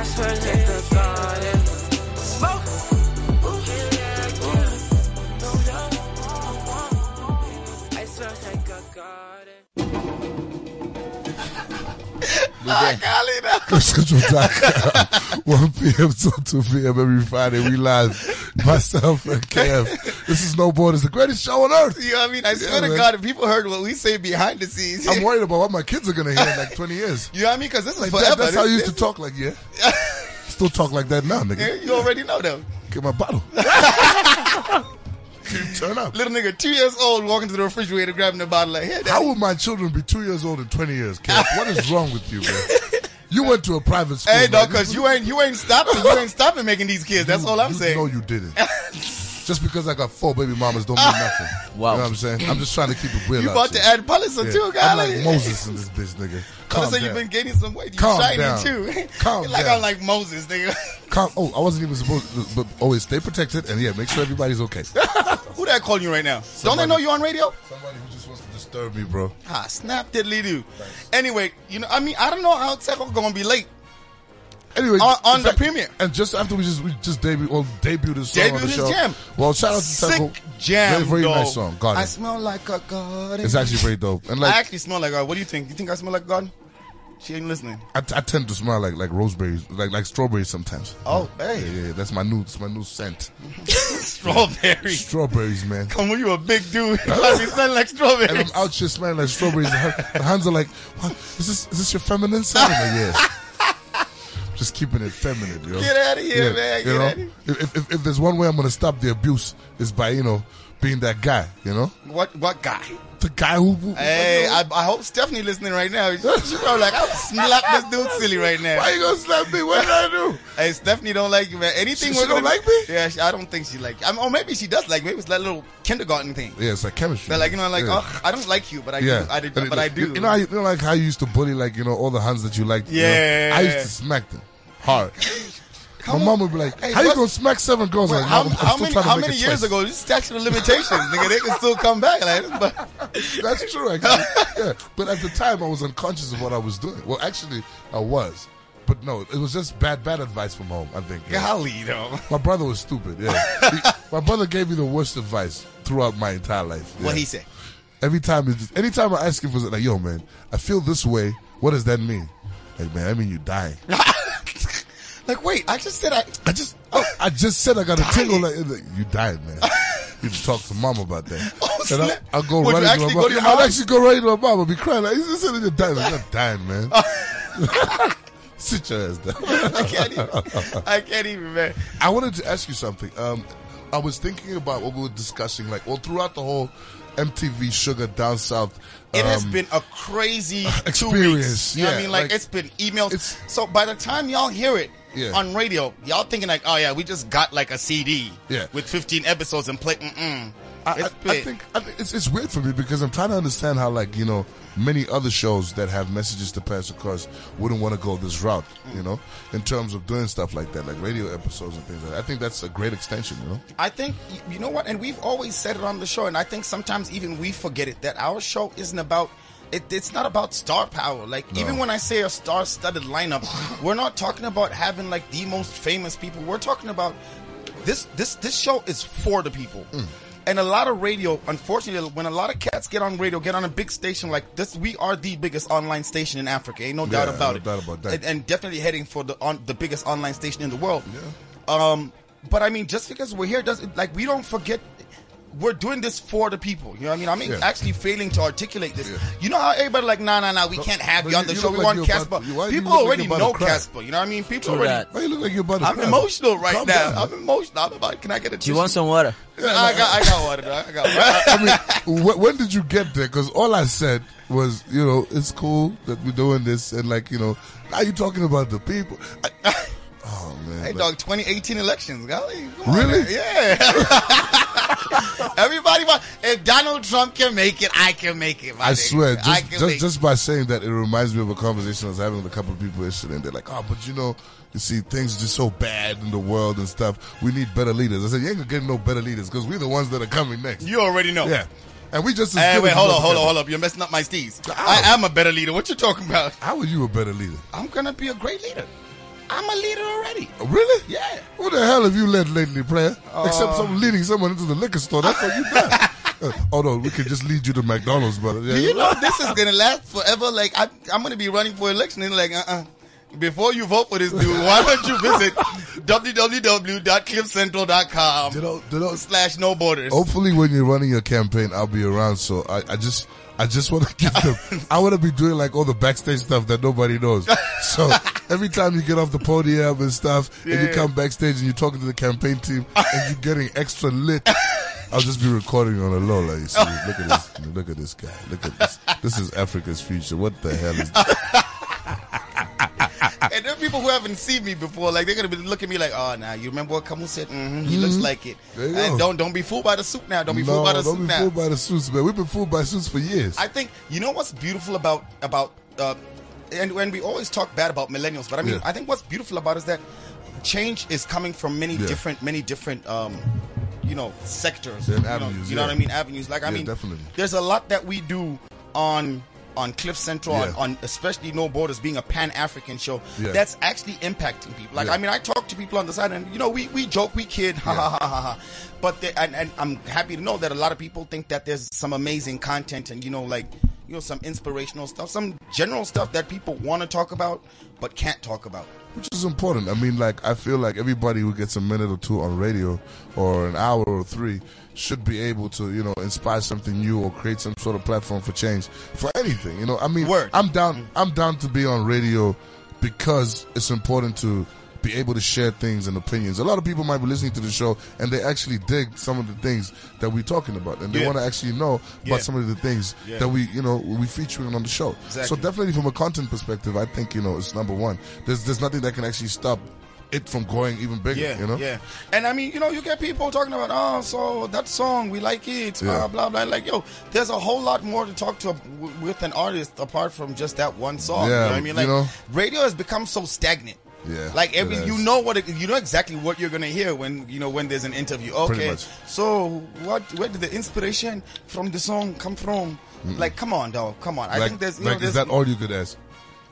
I smell like a garden. Smoke, ooh, ooh. I smell like a garden.
Central Time. [LAUGHS] 1 p.m. till 2 p.m. every Friday. We live. Myself and Kev. This is No Borders, the greatest show on earth.
You know what I mean? I swear to
man.
God, if people heard what we say behind the scenes,
I'm worried about what my kids are going to hear in like 20 years.
[LAUGHS] you know what I mean? Because this is
Like
[LAUGHS] forever.
that, that's how
This-
you
[LAUGHS]
used to talk, like, yeah. Still talk like that now, nigga.
You already know them.
Get my
[LAUGHS]
bottle. Turn up.
Little nigga, two years old, walking to the refrigerator, grabbing the bottle, like, hey,
How would my children be two years old and 20 years, Kev? What is wrong with you, man? You went to a private school.
Hey, dog,
man.
cause you ain't you ain't stopping you ain't stopping making these kids. That's
You-
all I'm
you
saying.
No, you didn't. just because I got four baby mamas don't mean nothing.
Wow.
You know what I'm saying? I'm just trying to keep it real.
You
out
about to
here.
add Palliser
Yeah.
too,
I'm
guy.
like
[LAUGHS]
Moses in this bitch, nigga. Calm
Palliser,
down.
you've been gaining some weight. You
Calm
shiny
down.
too.
Calm
you [LAUGHS] like
down.
I'm like Moses, nigga. [LAUGHS]
Calm. Oh, I wasn't even supposed to, but always stay protected and yeah, make sure everybody's
[LAUGHS]
okay.
Who that calling you right now? Don't
Somebody.
they know you on radio?
Somebody who just wants to disturb me, bro.
Ah, snap diddly do. Anyway, you know, I mean, I don't know how Techo gonna be late.
Anyway,
On- on
in
the premiere.
and just after we just we just debut well debuted this song
Debuted
on the
his
show.
jam.
Well, shout out to
Sick
Techo.
jam,
Very, very
dog.
nice song. Got
I
it.
smell like a garden.
It's actually very dope. And
I
like
actually smell like a. What do you think? You think I smell like a garden? She ain't listening.
I, I tend to smell like like roseberries, like like strawberries sometimes.
Oh,
Yeah,
hey,
yeah, yeah, that's my new that's my new scent.
strawberry.
Strawberries, man.
Come on, you a big dude. [LAUGHS] You must be smelling like strawberries.
And I'm out here smelling like strawberries. And her, the hands are like, what? is this is this your feminine side? I'm like, yeah.
[LAUGHS]
Just keeping it feminine, yo.
Get outta here, man.
You
Get
know,
outta here.
If, if if there's one way I'm gonna stop the abuse is by you know being that guy, you know?
What what guy?
The guy who. who
Hey, I, I hope Stephanie listening right now. She she probably like, I'll slap this dude silly right now.
Why you gonna slap me? What did I do?
Hey, Stephanie don't like you, man. Anything
She-
we're
she don't
gonna-
like me?
Yeah, she, I don't think she like. I mean, or maybe she does like. Maybe it's that little kindergarten thing.
Yeah, it's like chemistry.
They're like, you know, like,
yeah.
oh, I don't like you, but I
Yeah,
do. I did,
And it-
but I do.
You, you know, how you, you know, like how you used to bully, like you know, all the hands that you liked. you know?
Yeah.
I used to smack them
[LAUGHS]
hard. My
on.
mom would be like,
Hey,
"How you
what's-
gonna smack seven girls?" like,
how,
"Mom, I'm
how
still
many,
trying to
how
make
many
it
years
twice."
ago? This is statute of limitations, nigga. They can still come back. Like, [LAUGHS] but
[LAUGHS] That's true, actually.
[LAUGHS]
yeah. But at the time, I was unconscious of what I was doing. Well, actually, I was. But no, it was just bad, bad advice from home. I think. yeah.
golly, though.
My brother was stupid.
[LAUGHS]
Yeah, He- my brother gave me the worst advice throughout my entire life.
What
yeah.
he said.
Every time, it's just, anytime I ask him for something, like, "Yo, man, I feel this way. What does that mean?" Like, man, I mean you dying.
[LAUGHS] Like, wait, I just said I.
I just, I, I just said I got a
Dying.
tingle. Like, like, you died, man. You need to talk to mom about [LAUGHS] that.
Oh,
and I,
snap.
I'll go
Would you
running to
actually
my
go
mom.
to your
Yeah, I'll
mom?
actually go running to my mom. I'll be crying. Like, you said you're dying. Like, not dying, man. [LAUGHS] Sit your ass down. [LAUGHS]
I can't even. I can't even, man.
I wanted to ask you something. Um, I was thinking about what we were discussing, like, well, throughout the whole MTV Sugar Down South.
It has
um,
been a crazy two
experience,
weeks. You know what
yeah,
I mean? Like,
like,
it's been emails.
it's-
so by the time y'all hear it
Yeah.
on radio, y'all thinking like, oh yeah, we just got like a CD
Yeah.
with 15 episodes and play. Mm-mm.
I, I,
It's
I
big.
think I, think it's, it's weird for me because I'm trying to understand how, like, you know, many other shows that have messages to pass across wouldn't want to go this route, you know, in terms of doing stuff like that, like radio episodes and things like that. I think that's a great extension, you know?
I think y- you know what, and we've always said it on the show, and I think sometimes even we forget it that our show isn't about. It, it's not about star power. Like even when I say a star-studded lineup, we're not talking about having like the most famous people. We're talking about this. This this show is for the people.
Mm.
And a lot of radio, unfortunately, when a lot of cats get on radio, get on a big station like this, we are the biggest online station in Africa. Ain't no doubt
Yeah,
about
no
it.
doubt about that.
And- and definitely heading for the on the biggest online station in the world. Um, but I mean, just because we're here doesn't like we don't forget we're doing this for the people. You know what I mean? I mean,
Yeah.
actually failing to articulate this.
Yeah.
You know how everybody like, nah, nah, nah, we can't have
but
you on
you-
the
you
show.
look
We
like
want
you're
Casper.
about- you- why do you
people
look like
already
you're about
know
to cry?
Casper. You know what I mean?
True
People already.
that.
Why you look like you're about to
I'm
cry?
emotional right
Calm
now.
down.
I'm emotional. I'm about. Can I get a?
Do you want some water?
I got. I got water. dog.
[LAUGHS]
I got water.
I mean, wh- when did you get there? Because all I said was, you know, it's cool that we're doing this, and like, you know, now you talking about the people. I-
[LAUGHS]
oh man,
Hey
like,
dog, 2018 elections, golly. Come on
Really?
now. yeah. Everybody, wa- if Donald Trump can make it, I can make it. my
I
nigga.
swear, just,
I can
just,
make it.
just by saying that, it reminds me of a conversation I was having with a couple of people yesterday, and they're like, "Oh, but you know, you see, things are just so bad in the world and stuff. We need better leaders." I said, "You ain't gonna get no better leaders because we're the ones that are coming next."
You already know.
yeah, and we just. As
Hey,
good
wait,
as
hold
the
on, hold on,
other
hold up. You're messing up my steez.
Ow.
I am a better leader. What you talking about?
guy. How are you a better leader?
I'm gonna be a great leader. I'm a leader already.
Really?
Yeah. Uh,
Who the hell have you led lately, player? Except some leading someone into the liquor store. That's what you
[LAUGHS]
done. uh, oh no, we could just lead you to McDonald's, brother. Yeah,
Do you know this is [LAUGHS] gonna last forever? Like I, I'm gonna be running for election and like, uh, uh Before you vote for this dude, why don't you [LAUGHS] visit www.clipcentral.com
You know- you know-
slash no borders?
Hopefully, when you're running your campaign, I'll be around. So I, I just, I just want to give them.
[LAUGHS]
I want to be doing like all the backstage stuff that nobody knows. So every time you get off the podium and stuff, and you come backstage and you're talking to the campaign team, and you're getting extra lit. I'll just be recording on a low. Like, you see, look at this, look at this guy, look at this. This is Africa's future. What the hell
[LAUGHS]
is?
And there are people who haven't seen me before, like they're gonna be looking at me like, "Oh, now you remember what Kamu said? hmm He looks like it."
There you
and
go.
don't don't be fooled by the suit now. Don't be
no,
fooled by the
don't
suit
be
now.
fooled by the suits, man. We've been fooled by suits for years.
I think you know what's beautiful about about uh, and when we always talk bad about millennials, but I mean,
Yeah.
I think what's beautiful about is that change is coming from many
Yeah.
different many different um, you know sectors
And
you know-
avenues,
you know
yeah.
what I mean? Avenues. Like I
Yeah,
mean,
definitely.
there's a lot that we do on. On Cliff Central,
Yeah.
on, on especially No Borders being a Pan African show,
Yeah.
that's actually impacting people. Like,
Yeah.
I mean, I talk to people on the side, and you know, we, we joke, we kid, ha ha ha ha ha. But they, and, and I'm happy to know that a lot of people think that there's some amazing content, and you know, like you know, some inspirational stuff, some general stuff that people want to talk about but can't talk about.
which is important. I mean, like I feel like everybody who gets a minute or two on radio or an hour or three should be able to, you know, inspire something new or create some sort of platform for change for anything. You know, I mean,
Word.
I'm down. I'm down to be on radio because it's important to be able to share things and opinions. A lot of people might be listening to the show and they actually dig some of the things that we're talking about, and they
Yeah.
want to actually know
Yeah.
about some of the things
Yeah.
that we, you know, we featuring on the show. So
Exactly.
definitely from a content perspective, I think you know it's number one. There's there's nothing that can actually stop it from going even bigger.
Yeah,
you know.
yeah. And I mean, you know, you get people talking about, oh, so that song, we like it,
Yeah.
blah, blah, blah. Like, yo, there's a whole lot more to talk to a, w- with an artist apart from just that one song. you
Yeah,
know what I mean?
you
Like,
know?
radio has become so stagnant.
Yeah,
Like every,
it
you
has.
know what it, you know exactly what you're gonna hear when you know when there's an interview. Okay,
much.
so what? Where did the inspiration from the song come from? Like, come on, dog, come on. I
Like,
think there's you
like
know,
is
there's,
that all you could ask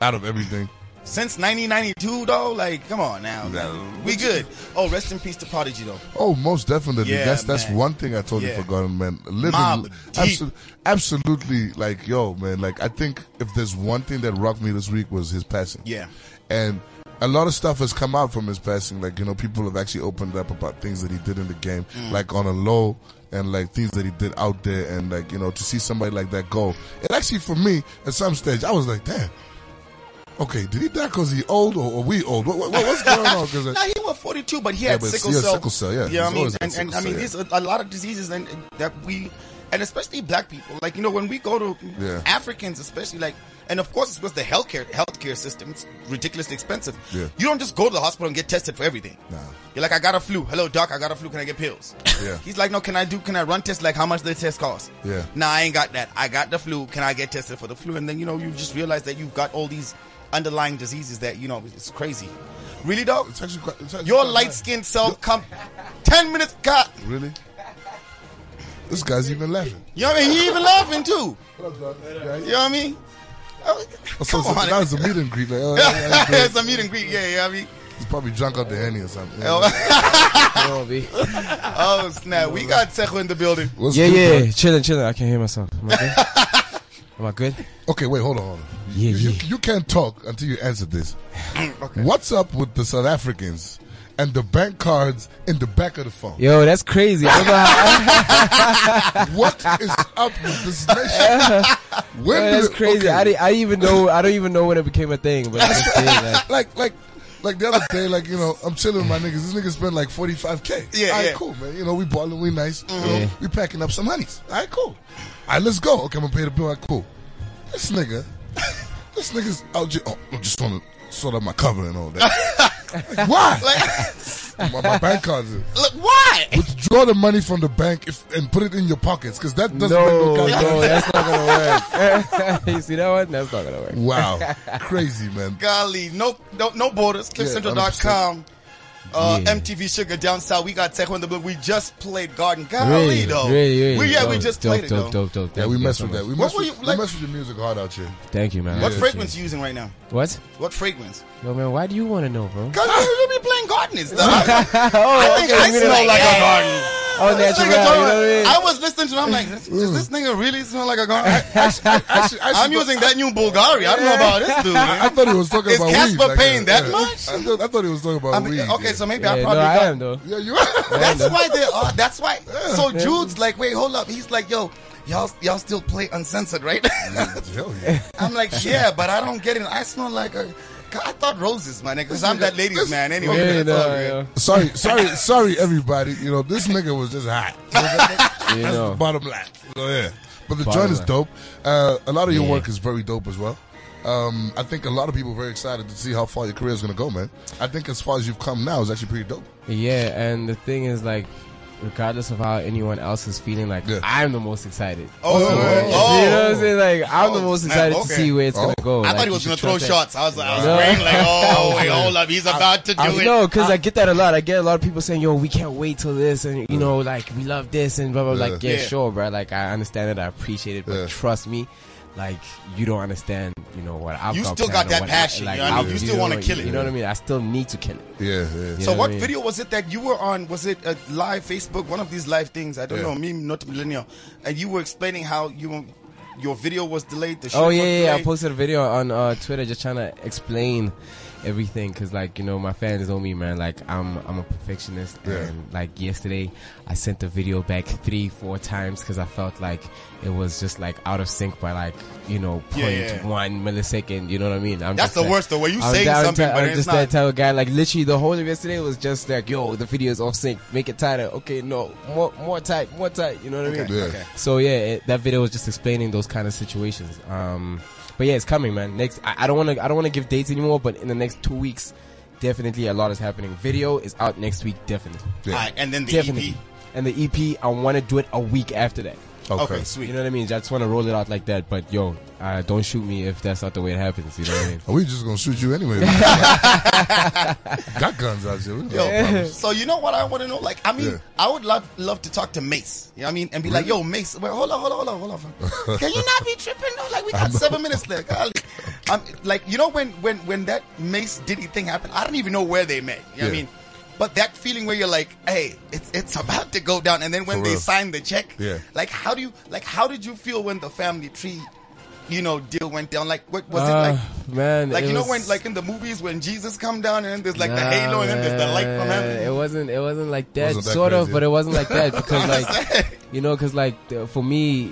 out of everything?
since 1992 though. Like, come on now,
No.
we good. Oh, rest in peace to Prodigy though.
Oh, most definitely.
Yeah,
that's that's
man.
one thing I totally
Yeah.
forgotten, man. Living,
Mob
absolutely, absolutely, like yo, man. Like I think if there's one thing that rocked me this week was his passing.
Yeah.
and a lot of stuff has come out from his passing. Like you know, people have actually opened up about things that he did in the game,
Mm.
like on a low. And like things that he did out there, and like you know, to see somebody like that go, it actually for me at some stage I was like, damn, okay, did he die because he old or, or we old? What, what, what's going on?
[LAUGHS]
Because
Nah, he was 42, but he
Yeah,
had
but it's-
sickle
yeah,
cell.
sickle cell, yeah.
You know what
He's
I mean?
always had
And, and
sickle
I mean,
cell,
these are a lot of diseases and that we, and especially black people. Like you know, when we go to
Yeah.
Africans, especially like, and of course it's because the healthcare healthcare system it's ridiculously expensive.
Yeah.
You don't just go to the hospital and get tested for everything.
Nah.
You're like, I got a flu. Hello, doc, I got a flu. Can I get pills?
[LAUGHS] Yeah.
He's like, no. Can I do? Can I run tests? Like, how much the test cost?
Yeah.
Nah, I ain't got that. I got the flu. Can I get tested for the flu? And then you know, you just realize that you've got all these underlying diseases that you know it's crazy. Really, dog?
it's actually quite, it's actually
Your
quite
light
nice.
skinned self come ten minutes God.
Really? This guy's even laughing.
You know what I mean? He even laughing too.
Yeah,
You know what I mean? Oh,
So,
Come
so that
on. [LAUGHS]
was a meet and greet. Like, oh, yeah, yeah, yeah.
it's a meet and greet, yeah, you know what I mean?
He's probably drunk out the henny or something.
Oh,
Yo, B.
oh snap. We got Seco in the building.
What's
Yeah,
good,
yeah, chilling, chilling. I can't hear myself. Am I good? Am I good?
bro? Okay, wait, hold on. Hold on.
Yeah,
You,
yeah.
you can't talk until you answer
[CLEARS THROAT]
this. What's up with the South Africans and the bank cards in the back of the phone?
Yo, that's crazy. I don't know how,
What is up with this
[LAUGHS]
nation? When
yo,
did
that's
it-
crazy.
okay.
I, didn't, I didn't even know. I don't even know when it became a thing, but it's
[LAUGHS]
[LAUGHS]
did, like,
like like like the other day, like you know, I'm chilling with my niggas. This nigga spent like 45k.
Yeah,
all right,
yeah.
cool, man. You know, we balling, we nice. You know,
Yeah.
we packing up some honeys. All right, cool. All right, let's go. Okay, I'm gonna pay the bill. All right, cool. This nigga, [LAUGHS] this nigga's out. Just, oh, I just want to sort out my cover and all that. Like,
[LAUGHS]
why? my, my bank cards. in.
Look, why?
Withdraw the money from the bank if, and put it in your pockets because that doesn't
no,
make no
[LAUGHS]
goddamn
no, that's not gonna work. [LAUGHS] you see that one? That's not gonna work.
Wow, crazy man.
Golly, no no no borders, cliffcentral.com. Uh,
Yeah.
MTV Sugar down south. We got Seco in the building. We just played Garden. Golly,
Really,
though.
really, really.
We, yeah, we
Dope,
just
dope,
played it,
dope,
though.
Dope, dope,
Yeah,
Thank
we
you
mess
so
with that.
much.
We
What
mess
were you-
with,
like-
we mess with your music hard out here.
Thank you, man.
What
Yeah,
fragrance you using right now?
shit. What?
What fragrance?
Yo, man, why do you want to know,
[LAUGHS]
bro? [LAUGHS]
Because you'll be playing gardeners, dog.
oh,
I think I smell like, a garden.
oh,
This
natural. You
nigga told me-
know what I
I
mean?
was listening to him. I'm like, does this nigga really smell like a garden?
[LAUGHS]
Actually, actually,
I'm using that new Bulgari. I don't know about this dude.
I, I
man.
thought he was talking
Is
about
Casper
weed. like
paying that
yeah.
much?
I thought, I thought he was talking about
I
weed.
mean, okay,
yeah.
so maybe I
Yeah,
probably
no, I
got-
am though.
yeah, you
[LAUGHS]
are.
That's why they are. That's why. So Jude's like, wait, hold up. He's like, yo, y'all, y'all still play uncensored, right? [LAUGHS]
Hell yeah.
I'm like, yeah, but I don't get it. I smell like a. God, I thought roses, my nigga, because I'm that ladies' man anyway.
Yeah,
[LAUGHS] That's
no,
all good.
yo.
Sorry, sorry, sorry, everybody. You know, this nigga was just
[LAUGHS]
hot.
You
That's the
know.
bottom line. So, yeah. But the
Bottom
joint is
line.
dope. Uh, a lot of your
Yeah.
work is very dope as well. Um, I think a lot of people are very excited to see how far your career is going to go, man. I think as far as you've come now is actually pretty dope.
Yeah, and the thing is, like, regardless of how anyone else is feeling, like,
Yeah.
I'm the most excited.
Oh, oh.
You know what I'm saying? Like, I'm the
Oh,
most
snap,
excited
okay.
to see where it's
Oh.
gonna go.
I
Like,
thought he was
you
gonna
should
throw
trust that.
shots. I was like, I was
No.
praying,
[LAUGHS]
like, oh, wait, hold up, he's about to do
I,
it.
no, because I get that a lot. I get a lot of people saying, "Yo, we can't wait till this," and you know, like we love this and blah blah. blah. Like,
Yeah.
yeah,
Mm. Yeah.
sure, bro. Like, I understand it. I appreciate it, but
Yeah.
trust me, like you don't understand. You know what? I've
You
got
still got
planned or
that
what
passion, you know what I mean?
I'll
You
do,
still wanna
know,
kill
you,
it.
You know what I mean? I still need to kill it.
Yeah, yeah.
You
So
know
what
I mean?
video was it that you were on? Was it uh, a live Facebook, one of these live things? I don't
Yeah.
know. Me, not millennial, and you were explaining how you your video was delayed. The shoot
Oh
was
yeah, yeah, yeah. I
delayed.
posted a video on uh, Twitter just trying to explain everything because like you know my fans know me man like i'm i'm a perfectionist and like yesterday i sent the video back three four times because i felt like it was just like out of sync by like you know
Yeah,
point
yeah.
one millisecond you know what i mean
That's
I'm just
the
like-
worst, though, where you
I was
saying
down
something,
to-
but
I was
it's
just
not.
that type of guy. Like literally, the whole of yesterday was just like, "Yo, the video is off sync. Make it tighter. Okay, no, more, more tight, more tight. You know what I mean?
Yeah.
So yeah, it, that video was just explaining those kind of situations. Um, but yeah, it's coming, man. Next, I, I don't want to, I don't want to give dates anymore, but in the next two weeks, definitely a lot is happening. Video is out next week, definitely,
Yeah.
Alright, and then the E
definitely.
EP.
And the EP, I want to do it a week after that.
Okay.
Okay, sweet.
You know what I mean? I just want to roll it out like that. But yo, uh, don't shoot me if that's not the way it happens. You know what I mean?
Are we just gonna shoot you
[LAUGHS]
anyway? Got guns out here. We don't
Yo,
have problems.
so you know what I want to know? Like, I mean,
Yeah.
I would love love to talk to Mace. You know what I mean? And be like, yo, Mace, wait, hold on, hold on, hold on, hold
[LAUGHS]
on. Can you not be tripping? No, like we got seven minutes left. I- I'm, like, you know when when when that Mace Diddy thing happened, I don't even know where they met. You know what I
Yeah.
mean? But that feeling where you're like, hey, it's it's about to go down, and then when
For
they
real.
signed the check,
Yeah.
like how do you like how did you feel when the family tree, you know, deal went down? Like what [LAUGHS] was
Uh,
it like?
Ah, man?
Like
it
you know
was-
when like in the movies when Jesus come down and there's like the
Nah,
halo and then there's the light from
man.
[LAUGHS] heaven.
It wasn't. It wasn't like that.
Wasn't that
sort of,
crazy.
but it wasn't like that
[LAUGHS]
because
I'm just
like
saying.
you know, because like the- for me,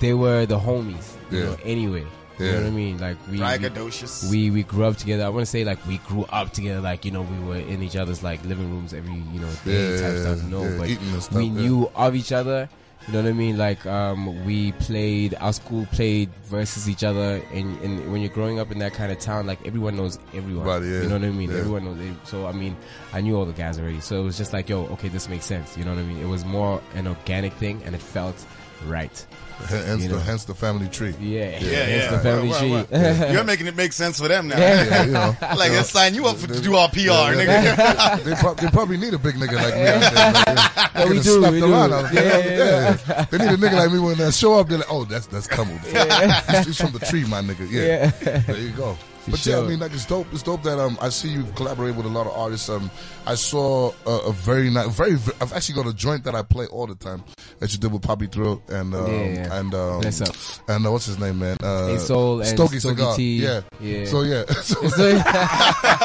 they were the homies. You
Yeah.
know, anyway. You
Yeah.
know what I mean? Like we, we
braggadocious. [LAUGHS]
we we grew up together. I want to say like we grew up together. Like you know we were in each other's like living rooms every you know day
Yeah,
type stuff. No,
yeah,
but
eating and stuff,
we
yeah.
knew of each other. You know what I mean? Like um, we played our school played versus each other, and, and when you're growing up in that kind of town, like everyone knows everyone.
Right, yeah,
You know what I mean?
yeah.
Everyone knows. It. So I mean, I knew all the guys already. So it was just like, yo, okay, this makes sense. You know what I mean? It was more an organic thing, and it felt right.
Hence
you
the
know.
hence the family tree.
Yeah,
yeah,
It's
yeah.
the family
Right,
[LAUGHS]
right,
tree.
You're making it make sense for them now.
Yeah, [LAUGHS] you
[LAUGHS]
know.
[LAUGHS] Like, let's sign you up for, to do our PR, nigga.
nigga. They, prob- they probably need a big nigga like me. out there, man.
[LAUGHS]
They
we
done
do,
slapped
we
the
do.
line out of-
Yeah, yeah,
yeah. They need a nigga like me when they show up. They're like, oh, that's that's
[LAUGHS]
Kamu. He's- He's from the tree, my nigga. Yeah, there you go. But yeah, I
sure.
mean, like it's dope. It's dope that um, I see you collaborate with a lot of artists. Um, I saw a, a very nice, very. I've actually got a joint that I play all the time that you did with Poppy Thrill and um,
Yeah.
and um,
Bless up.
and uh, what's his name, man? Uh,
A-Soul and
Stogie,
Stogie
Cigar.
T.
Yeah.
Yeah.
So yeah. [LAUGHS]
[LAUGHS]
So-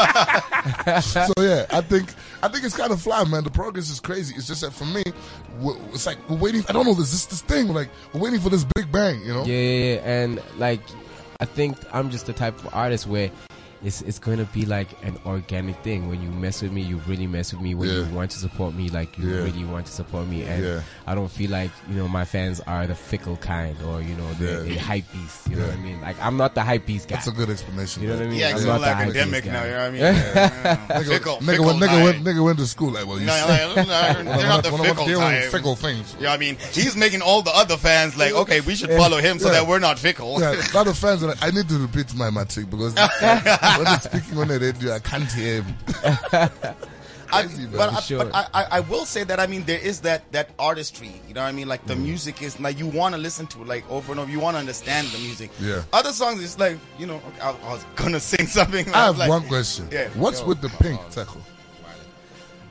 so yeah, I think I think it's kind of fly, man. The progress is crazy. It's just that for me, w- it's like we're waiting. I don't know. There's this this thing like we're waiting for this big bang. You know?
Yeah, yeah, yeah. And like, I think I'm just the type of artist where it's it's going to be like an organic thing. When you mess with me, you really mess with me. When
Yeah.
you want to support me, like you
Yeah.
really want to support me. And
Yeah.
I don't feel like you know my fans are the fickle kind or you know the
Yeah.
the hype beast. You know
Yeah.
what I mean? Like I'm not the hype beast guy.
That's a good explanation.
you know what I
man.
[LAUGHS]
mean?
Yeah,
I'm
because
not
you're
the hype beast
academic
guy.
now, you know what I mean? Yeah, yeah. Fickle,
Nigga,
fickle
went, nigga,
type.
went, nigga went to school like well, you.
No,
see,
no, no, no, no, they're not the
when I'm up
fickle
there with
type.
fickle things.
You know what I mean? He's making all the other fans like, okay, we should follow him so
Yeah.
that we're not
[LAUGHS]
fickle.
Yeah, a lot of fans are like, I need to repeat my matric because when they're speaking on the radio, I can't hear
[LAUGHS]
him.
I,
Crazy, man.
but
For
I,
sure.
but I, I, I will say that I mean there is that that artistry. You know what I mean? Like the
Mm.
music is like you want to listen to it, like over and over. You want to understand the music.
Yeah.
Other songs is like you know okay, I, I was gonna [LAUGHS] sing something.
I have
like,
one question.
Yeah.
What's
Yo,
with the pink tackle?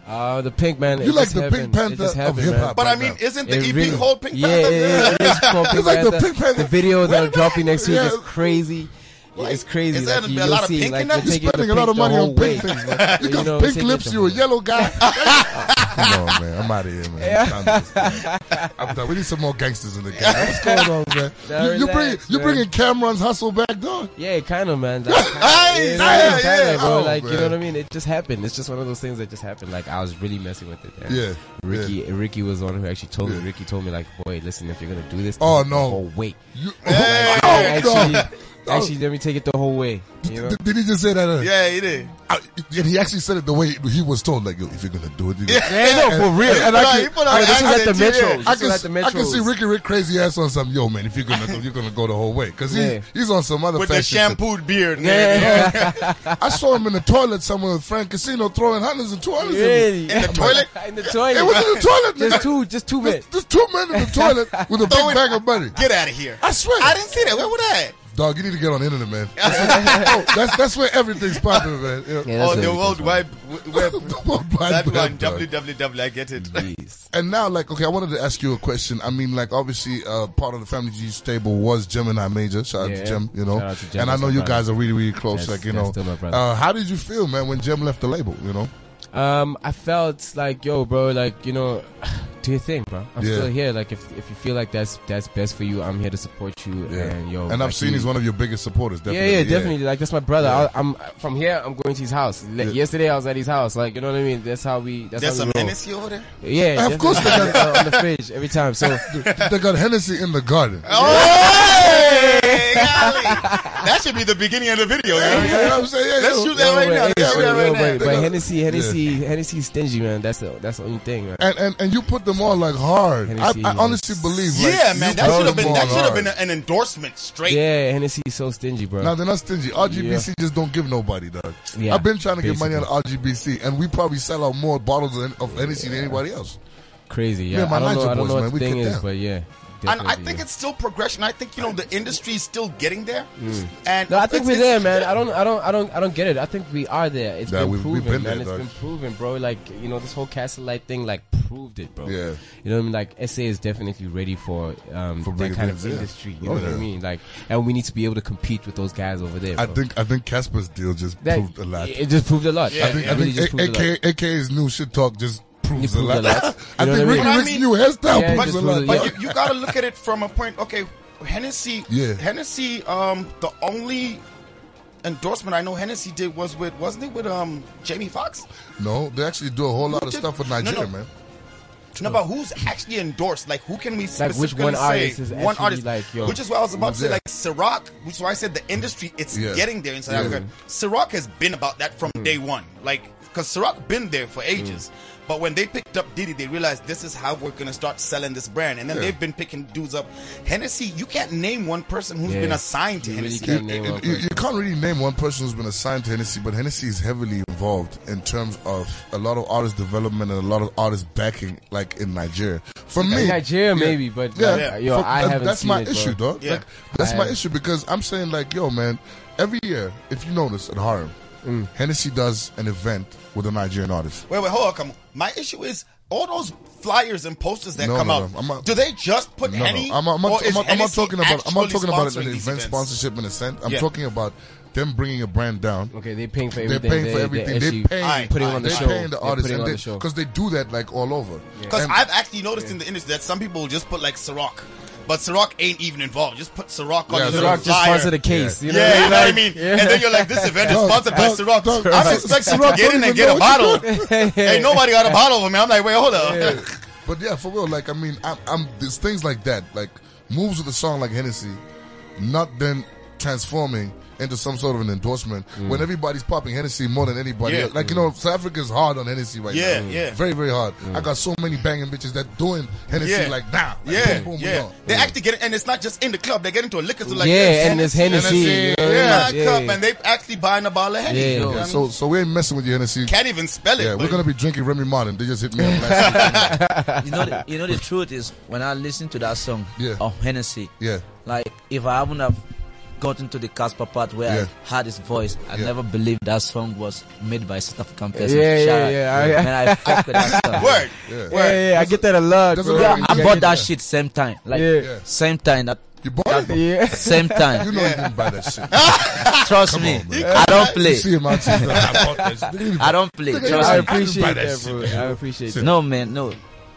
Uh, the Pink Man.
You
it
like
just
the Pink
happened. It
Panther
just
of
happened,
hip-hop.
man.
But I
right
mean,
now.
isn't the
It
EP
really-
whole Pink
yeah,
Panther?
Yeah, yeah,
[LAUGHS]
it is called Pink
It's like the
Panther.
Pink Panther-
The video that
Wait
I'm
a
dropping
minute.
next week is
Yeah.
crazy. Yeah, it's crazy.
is
like,
there
you-
a
you'll
lot of
see,
pink
like,
in that?
we're
You're
taking the
spending a lot of
pink the
money on
whole way.
pink
[LAUGHS]
things, man. You
You
got
know,
pink
taking it
lips,
the
you're a
whole-
yellow
[LAUGHS]
guy. Come on, man. I'm out of here, man. I'm done with this, man. I'm done. We need some more gangsters in the game. What's going on, man?
[LAUGHS] Nah,
you, you bring,
relax,
you
man.
bringing Cameron's hustle back, dog?
Yeah, kind of,
[LAUGHS]
man. Like, kinda,
Aye,
yeah,
aye,
like, kinda,
yeah.
bro.
Oh,
like you
man.
know what I mean? It just happened. It's just one of those things that just happened. Like I was really messing with it. and
Yeah,
Ricky, Ricky was the one who actually told
Yeah.
me. Ricky told me like, boy, listen, if you're gonna do this,
Oh,
take it
no.
the whole way.
You, [LAUGHS]
Hey.
Oh,
actually,
God.
actually, let me take it the whole way. You know?
Did, did he just say that? Uh,
Yeah, he did.
I, and he actually said it the way he was told. Like, yo, if you're gonna do it, you gotta-
Yeah, no, for real.
He
And
put out-
I
he
can,
put out
I, this is at the
accent, yeah.
metro.
I
This
can,
is at the
I
metro.
can see Ricky Rick crazy ass on some. Yo, man, if you're gonna go, you're gonna go the whole way because he,
Yeah.
he's on some other
[LAUGHS] With the
fashion shit.
shampooed beard. nigga.
Yeah,
I saw him in the toilet somewhere with Frank Casino throwing hundreds and two hundreds. at me.
really.
In the toilet.
[LAUGHS] In the toilet.
It was in the toilet. nigga.
[LAUGHS] Just two, just two minutes. [LAUGHS]
There's two men in the toilet with a
Throw
big
it-
bag of money.
Get out of here.
I swear.
I didn't see that. Where was that?
Dog, you need to get on the internet,
[LAUGHS]
man. Oh, that's that's where everything's popping, man. [LAUGHS] Yeah.
Yeah, that's
Oh, the
everything.
world wide
[LAUGHS]
web.
The world wide
That
web,
one,
dog.
www. I get it.
Jeez.
And now, like, okay, I wanted to ask you a question. I mean, like, obviously, uh, part of the Family G's table was Gemini Major. Shout out
Yeah.
to Gem, you know.
Shout out to Gem,
and I
that's
know
my
you
brother.
guys are really, really close.
That's-
like, you
that's
know,
still my brother.
uh, how did you feel, man, when Gem left the label? You know,
Um, I felt like, yo, bro, like, you know, [SIGHS] do your thing, bro. I'm
Yeah.
still here. Like, if if you feel like that's that's best for you, I'm here to support you. And yo,
and
Oh, like,
I've seen
you-
he's one of your biggest supporters. Definitely.
Yeah, yeah, definitely. Like that's my brother.
Yeah.
I, I'm from here. I'm going to his house. Like, Yesterday I was at his house. Like you know what I mean. That's how we. That's
There's
how
some
we roll.
Hennessy over there.
Yeah,
Of course they
definitely. Uh, [LAUGHS] on the fridge every
[LAUGHS]
time. So
they got Hennessy in the garden.
Oh, golly. that should be the beginning of the video.
You know
Yeah?
what I'm saying? Yeah,
Let's
yo.
shoot that right now.
but,
Let's shoot that
but,
right now.
but, but Hennessy, Hennessy, Hennessy's stingy man. That's the that's the only thing. Man.
And, and and you put them on like hard. I,
Hennessy,
I
man.
honestly believe. Like,
yeah,
you
man, that
put
should have
them
been that
on
should have
hard.
been an endorsement straight.
Yeah, Hennessy's so stingy, bro.
Now they're not stingy. RGBC just don't give nobody, dog.
Yeah,
I've been trying to get money
basically.
out of RGBC, and we probably sell out more bottles of, of Hennessy than anybody else.
Crazy. Yeah,
Yeah, my
I don't know.
Nigel
I don't
boys,
know what
man,
the
we
thing
get
is,
down.
but yeah.
And I
definitely,
think
yeah.
it's still progression. I think you know the industry is still getting there. And
Mm. No, I think
it's-
we're there,
it's-
man. I don't, I don't, I don't, I don't get it. I think we are there. It's
Nah,
been
we've-
proven,
we've been
man.
there,
It's
dog.
been proven, bro. Like you know, this whole Castle Light thing, like proved it, bro.
Yeah.
You know what I mean? Like SA is definitely ready for um
For
that
bigger
kind
things,
of
yeah.
industry. You
Oh,
know what
yeah.
I mean? Like, and we need to be able to compete with those guys over there.
I
bro.
think I think Casper's deal just
that
proved a lot.
It just proved a lot.
Yeah,
I think
It
I
really
think
just
A-
proved a lot.
AK, AK's new shit talk just proves
It
a lot.
proved a lot.
[LAUGHS] I
You know
think
what I
Ricky
mean?
Rick's new hairstyle
Yeah, it
proves a
just
lot.
really-
dog.
But you, you gotta look at it from a point. Okay, Hennessy.
Yeah.
Hennessy. Um, the only endorsement I know Hennessy did was with wasn't it with um Jamie Foxx?
No, they actually do a whole lot of
did-
stuff with
No, no.
Nigeria, man.
No, but who's actually endorsed? Like, who can we
Like, which
specifically
one
say?
artist is
one
actually,
artist,
like, yo,
which is what I was about to say.
yeah.
Like, Ciroc, which is why I said the industry, it's
Yeah.
getting there in South
Yeah.
Africa. Ciroc has been about that from
Hmm.
day one. Like, because Ciroc been there for ages. But when they picked up Diddy, they realized this is how we're going to start selling this brand. And then
Yeah.
they've been picking dudes up. Hennessy, you can't name one person who's
Yeah.
been assigned to
You really
Hennessy.
can't.
You,
name one
you- you
person.
can't really name one person who's been assigned to Hennessy, but Hennessy is heavily involved in terms of a lot of artist development and a lot of artist backing, like in Nigeria. For me,
Nigeria maybe, but, like, yo, I
that-
haven't
That's
seen
my
it, bro.
issue, dog.
Yeah.
Like, that's
I
my
haven't.
issue because I'm saying like, yo, man, every year, if you notice at Harlem,
Mm.
Hennessy does an event with a Nigerian artist.
Wait, wait, hold on. Come on. My issue is all those flyers and posters that
No,
come
no,
out.
no. I'm not-
do they just put
No, no,
Henny?
I'm, I'm,
or
not-
is
I'm, not- I'm not
Hennessy
talking about. I'm not
actually
talking about
sponsoring
an
these
event
events?
sponsorship in a sense. I'm
Yeah.
talking about them bringing a brand down.
Okay, they're paying for
They're
everything.
paying for
They're-
everything.
They're,
They're,
actually
paying,
Aye,
putting
aye.
on the
they're
show.
paying the
They're
artists
putting on the show.
because they do that like all over.
Because
And-
I've actually noticed in the industry that some people just put like Ciroc, but Ciroc ain't even involved. Just put Ciroc
Yeah,
on your
Ciroc
little
Rock just
flyer.
sponsored the case. You know
yeah, you know what I
Like,
mean? And then you're like, this event is
Dog,
sponsored by
dog,
Ciroc.
dog,
I'm
Ciroc-
expecting
Ciroc
to get
don't
in
even
and get
know
a
what you're
bottle. [LAUGHS] Ain't nobody got a bottle for me. I'm like, wait, hold on.
But yeah, for real, like I mean, I'm, I'm there's things like that, like moves with a song like Hennessy, not then transforming into some sort of an endorsement when everybody's popping Hennessy more than anybody.
Yeah.
Else. Like you know, South Africa's hard on Hennessy right
Yeah,
now.
yeah.
very very hard. I got so many banging bitches that doing Hennessy
Yeah.
like now. Like,
yeah,
boom, boom, we
yeah.
on.
They actually get it, and it's not just in the club. They get into a liquor store like
yeah,
this.
and it's
Hennessy,
Hennessy. you know what I mean?
yeah,
Like, yeah.
cup, and they actually buying a bottle of Henny.
Yeah.
You know what I
Yeah,
mean?
so so we ain't messing with you, Hennessy.
can't even spell it.
Yeah, we're
but-
gonna be drinking Remy Martin. They just hit me up last week.
you know, the, you know the truth is when I listen to that song
Yeah.
of Hennessy,
Yeah.
like if I haven't have gotten to the Casper part where
Yeah.
I had his voice, I
Yeah.
never believed that song was made by a South African person.
Yeah, yeah,
Shout out.
yeah, I-
Man, I fuck with
[LAUGHS]
that song.
Word.
Yeah.
yeah, yeah, I get that a lot.
That's
bro.
what I mean.
I bought
Yeah.
that shit same time, like
Yeah.
Yeah.
same time that
You bought it?
[LAUGHS]
Yeah. [LAUGHS]
same
You [LAUGHS]
time.
know you didn't buy that shit.
Trust me,
on, man.
I don't
You
play.
see him out there, I bought that shit. You didn't
I don't play.
Look at
Trust
I
you.
me.
buy
appreciate
that
that, bro. I appreciate that.
No man, no.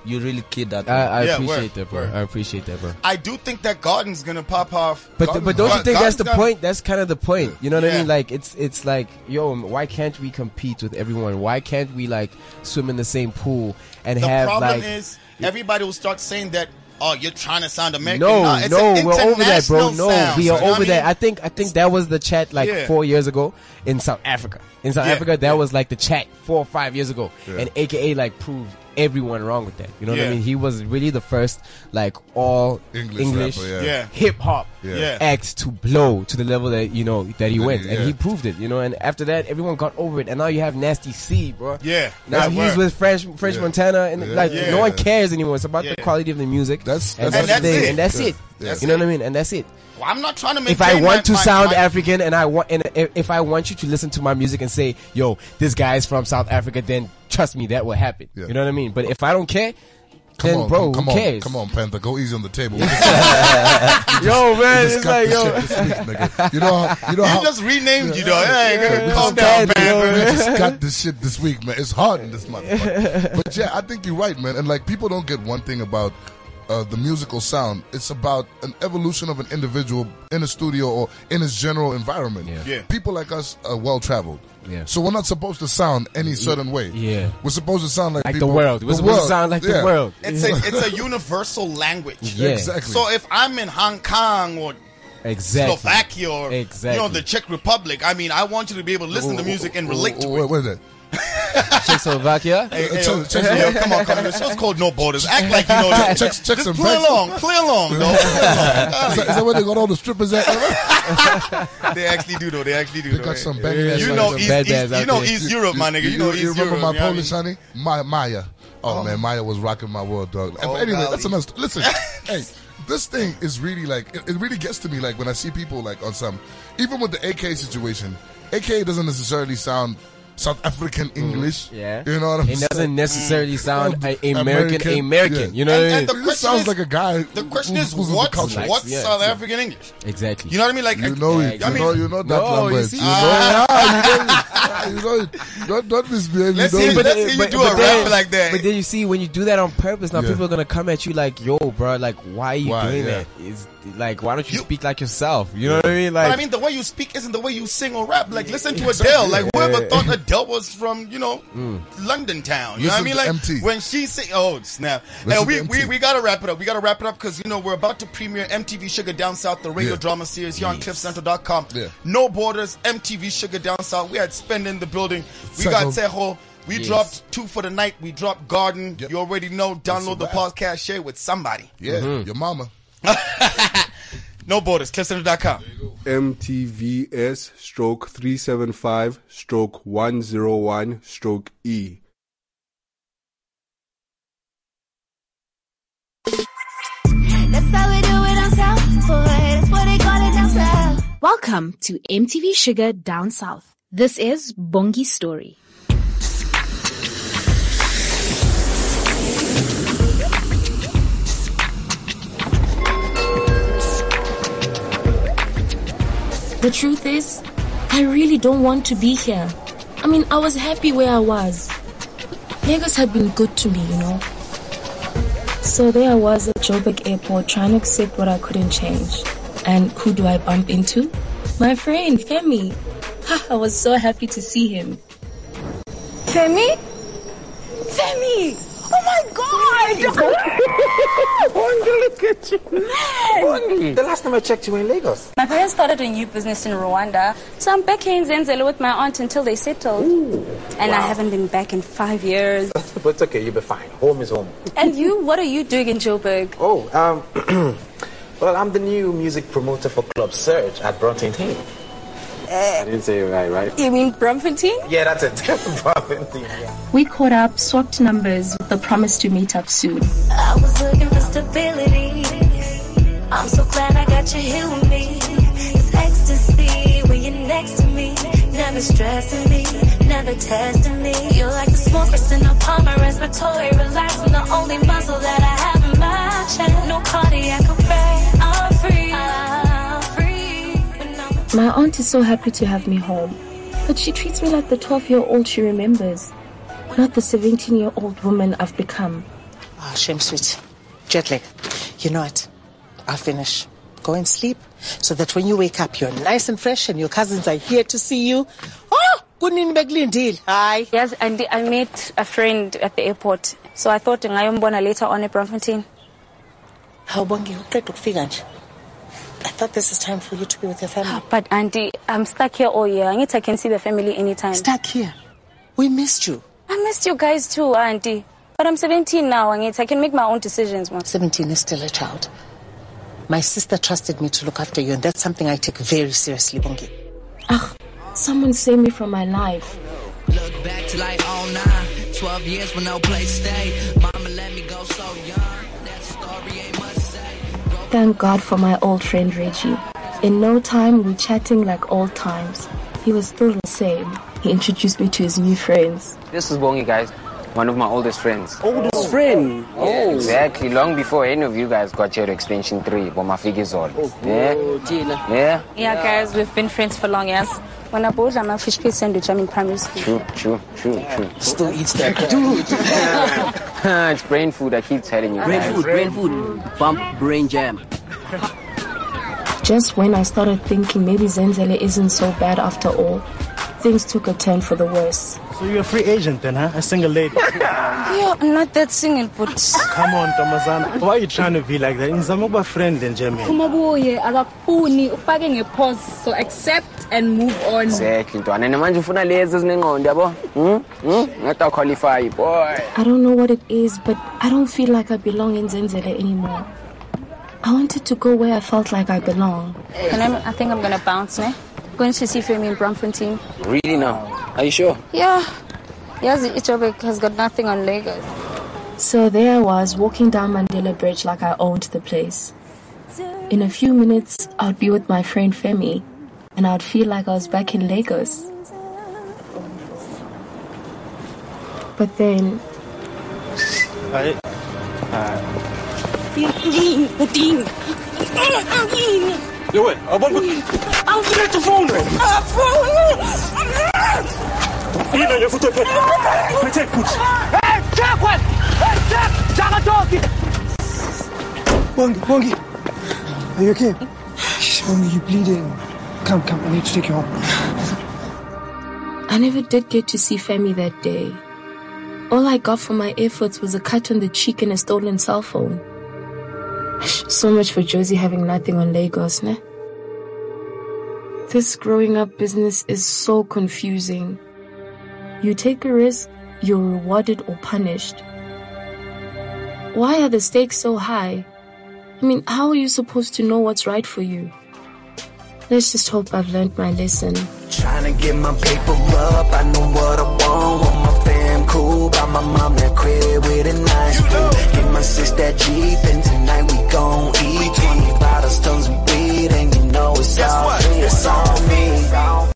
You really kid that.
I, I
Yeah,
appreciate
word,
that, bro.
word.
I appreciate that, bro.
I do think that Garden's gonna pop off.
But
Garden-
but don't you
Garden-
think that's the
Garden's got-
point? That's kind of the point. You know what
Yeah.
I mean? Like it's it's like yo, why can't we compete with everyone? Why can't we like swim in the same pool and
The
have
problem
like?
is everybody will start saying that. Oh, you're trying to sound American.
no,
Nah, it's
no,
an
we're over that, bro.
international
No,
sound,
we
you
are
know what
over
I mean?
that. I think I think that was the chat like
Yeah.
four years ago in South Africa. In South
Yeah,
Africa, that was like the chat four or five years ago, and AKA like proved everyone wrong with that. You know what
Yeah.
I mean? He was really the first like all
English
English,
rapper, yeah.
Yeah.
hip hop
Yeah.
Yeah.
act to blow to the level that you know that he
That
went,
he- yeah.
and he proved it. You know, and after that, everyone got over it, and now you have Nasty C, bro.
Yeah,
now
that's
he's
word.
with French French
Yeah.
Montana, and
Yeah.
like
Yeah.
no one cares anymore. It's about
Yeah.
the quality of the music.
That's-
and
that's-
that's, the
And that's
thing,
it.
and that's
Yeah.
it.
That's
you know what I mean? And that's it.
Well, I'm not trying to make.
if I want to sound African and I want and if, if I want you to listen to my music and say, "Yo, this guy is from South Africa," then trust me, that will happen.
Yeah.
You know what I mean? But if I don't care,
Come
then
on,
bro,
come
who
on,
cares?
come on, Panther, go easy on the
[LAUGHS]
table.
yo, man,
just
it's
got
like
this
yo,
shit this week, nigga. You know, how-
[LAUGHS]
you know
I
how
just renamed you, though. Hey,
we just
calm down,
got-
man.
We just
[LAUGHS]
got this shit this week, man. It's hard in this motherfucker. but yeah, I think you're right, man. And like people don't get one thing about uh, the musical sound. It's about an evolution of an individual in a studio or in his general environment.
Yeah.
Yeah.
People like us are well traveled.
Yeah.
So we're not supposed to sound any certain way.
Yeah.
We're supposed to sound like,
like
people-
the world. We're supposed to sound like
Yeah.
the world.
It's a it's a universal language.
Yeah.
Exactly.
So if I'm in Hong Kong or
Exactly.
Slovakia or you know
Exactly.
the Czech Republic, I mean, I want you to be able to listen to music and relate to it.
Wait, wait a minute.
Czechoslovakia.
Hey, hey,
Check-
yo,
check-
hey, yo, come on, come on. This show's called No Borders. Act like you know that.
Check-
Just
check some
play
facts.
along. Play along,
[LAUGHS]
though.
Is that, is that where they got all the strippers
[LAUGHS]
at?
they actually do, though. They actually do.
They
though,
got
hey.
some banging ass
You
niggas
know,
up
East,
bad
East-
dads out
you know
there.
East Europe, my nigga. You know East
you remember
Europe.
my
you know what I
Polish
mean?
honey? Maya, Maya. Oh, man, Maya was rocking my world, dog.
Oh,
anyway,
golly.
that's another. St-
[LAUGHS]
listen, hey, this thing is really like it, it really gets to me. Like when I see people like on some, even with the AK situation, AK doesn't necessarily sound South African
Mm.
English.
Yeah.
you know what I'm
It
saying.
doesn't necessarily sound a-
American,
American
yeah.
American. You know
And-
what I
and
mean?
It
the
just
question
sounds
is-
like a guy.
The
who-
question
who's-
is,
who's with the
what's
culture.
like-
what's
yeah,
South
yeah.
African English?
Exactly.
You know what I mean? Like,
You know it.
I
You
mean-
know you know that
No, you
language.
see-
You know
[LAUGHS]
yeah, you know it. Don't don't misbehave.
Let's
you know
hear-
it.
let's hear you do a rap like that.
But then you see when you do that on purpose, now
Yeah.
people are gonna come at you like, "Yo, bro, like, why are you
Why,
doing
yeah.
that? It's like, why don't you,
You-
speak like yourself? You know what I mean? Like,
but I mean, the way you speak isn't the way you sing or rap. Like, listen to
Exactly.
Adele. Like, whoever thought Adele was from, you know, London town. You know what
Mm.
I
Listen
mean?
to
Like,
MT.
when she sing, oh snap!
Listen
Now
to
we,
MT.
we we gotta wrap it up. We gotta wrap it up because you know we're about to premiere MTV Sugar Down South, the radio
Yeah.
drama series here on CliffCentral.com.
Yeah.
No borders. MTV Sugar Down South. We had Spend in the building. We
Seho.
got Seho. We
Yes.
dropped two for the night. We dropped Garden.
Yep.
You already know. Download the
wrap.
podcast. Share with somebody.
Yeah, your mama.
No borders. CliffCentral.com.
MTVS stroke 375 stroke 101 stroke E.
That's how we do it on South Boy. That's what they call it down south.
Welcome to MTV Sugar Down South. This is Bongi Story.
The truth is, I really don't want to be here. I mean, I was happy where I was. Lagos had been good to me, you know. So there I was at Joburg Airport trying to accept what I couldn't change. And who do I bump into? My friend, Femi. Ha, I was so happy to see him.
Femi? Femi! Oh my god! Bongi, look at you. Man! The last time I checked, you were in Lagos. My parents started a new business in Rwanda, so I'm back here in Zenzele with my aunt until they settled. and I haven't been back in five years.
But it's okay, you'll be fine. Home is home.
and you, what are you doing in Joburg?
Oh, um, [CLEARS THROAT] well, I'm the new music promoter for Club Surge at Brontein. I didn't say it right, right?
You mean Bromfontein?
Yeah, that's it. [LAUGHS] Brontein, yeah.
We caught up, swapped numbers with the promise to meet up soon.
I was looking for stability. I'm so glad I got you here with me. It's ecstasy when you're next to me. Never stressing me, never testing me. You're like the smallest in the palm, my respiratory relaxing. The only muscle that I have in my chest. No cardiac arrest. I'm free. I'm free. When I'm
My aunt is so happy to have me home, but she treats me like the 12 year old she remembers, not the 17 year old woman I've become.
Ah, shame sweet. Jet lag. You know what? I'll finish. Go and sleep so that when you wake up, you're nice and fresh and your cousins are here to see you. Oh, good deal. Hi. Yes, and I met a friend at the airport. So I thought Ngayumbona later on at Bramfontein. How bongi to I thought this is time for you to be with your family. But Auntie, I'm stuck here all year. I need I can see the family anytime. Stuck here? We missed you. I missed you guys too, Auntie. But I'm 17 now, Angit. I can make my own decisions. Man. 17 is still a child. My sister trusted me to look after you, and that's something I take very seriously, Bongi.
Someone saved me from my life.
Look back to like 09, 12 years with no place stay. Mama let me go so young. That story ain't much say. Grow
Thank God for my old friend Reggie. In no time, we chatting like old times. He was still the same. He introduced me to his new friends.
This is Bongi, guys. One of my oldest friends.
Oldest friend?
Yeah, exactly. Long before any of you guys got here to Extension 3, but my figure's all. yeah? Yeah?
Yeah, guys, we've been friends for long years. When I bought my fish pie sandwich, I'm in primary school.
True, true, true, true. Ah,
Still eats that crap. [LAUGHS]
[LAUGHS] it's brain food, I keep telling you.
Brain
guys.
food, brain food. Bump brain jam.
Just when I started thinking maybe Zenzele isn't so bad after all, things took a turn for the worse.
So you're a free agent then, huh? A single
[LAUGHS]
lady.
You're not that single, but...
Come on, Tomazana. Why are you trying to be like that? Nizama kuba friend then, Jamie.
umabuye akakufuni ufake ngepause so accept and move on
Exactly, ntwana. manje ufuna lezi ezinengqondo yabo? Hmm? Hmm? Ngataqualify, boy.
I don't know what it is, but I don't feel like I belong in Zenzele anymore. I wanted to go where I felt like I belong.
and I'm, i think i'm gonna bounce ne going to see femi in bromfontein
Really now? Are you sure?
yeah yazi ijobek has got nothing on lagos
So there I was walking down Mandela Bridge like I owned the place. In a few minutes, I'd be with my friend Femi, and I'd feel like I was back in Lagos. But then,
I, uh,
Yo, wait, I want I'll get the phone. Ah, phone. Mina, your foot up. Pretend good. Hey, Jack, what? Hey, Jack, Jack, I'm talking.
Bongi, Bongi, are you okay? Shh, Bongi, you're bleeding. Come, come, I need to take you home.
I never did get to see Femi that day. All I got for my efforts was a cut on the cheek and a stolen cell phone. [SIGHS] So much for Josie having nothing on Lagos, ne? This growing up business is so confusing. You take a risk, you're rewarded or punished. Why are the stakes so high? I mean, how are you supposed to know what's right for you? Let's just hope I've learned my lesson.
Trying to get my paper up, I know what I want. Want my fam cool, buy my mom that crib with a nice view. Get my sis that Jeep, and tonight we gon' eat. 20 bottles, tons of weed, and you know it's all me. It's on me. Yeah,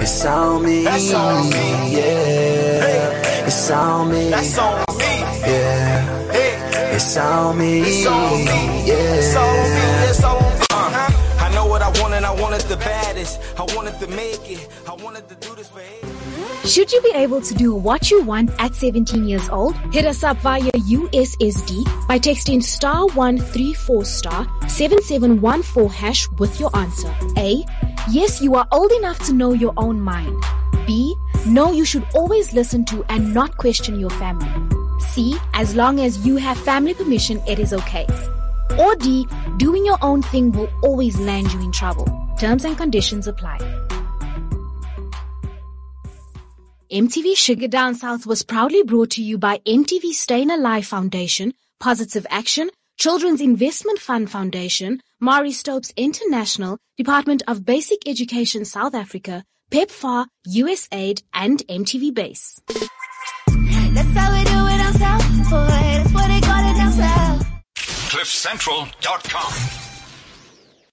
it's on me. Yeah, it's on me. Yeah, it's on me.
It's on me.
Yeah,
It's on me. It's on me. Uh, I know what I want and I want it the baddest. I wanted to make it. I wanted to do this for
Should you be able to do what you want at 17 years old? Hit us up via USSD by texting star 134 star 7714 hash with your answer. A. Yes, you are old enough to know your own mind. B. No, you should always listen to and not question your family. C. As long as you have family permission, it is okay. Or D. Doing your own thing will always land you in trouble. Terms and conditions apply. MTV Sugar Down South was proudly brought to you by MTV Staying Alive Foundation, Positive Action, Children's Investment Fund Foundation, Mari Stopes International, Department of Basic Education South Africa, PEPFAR, USAID, and MTV Base.
That's how we do it on South Boy. That's what they call it on South.
CliffCentral.com.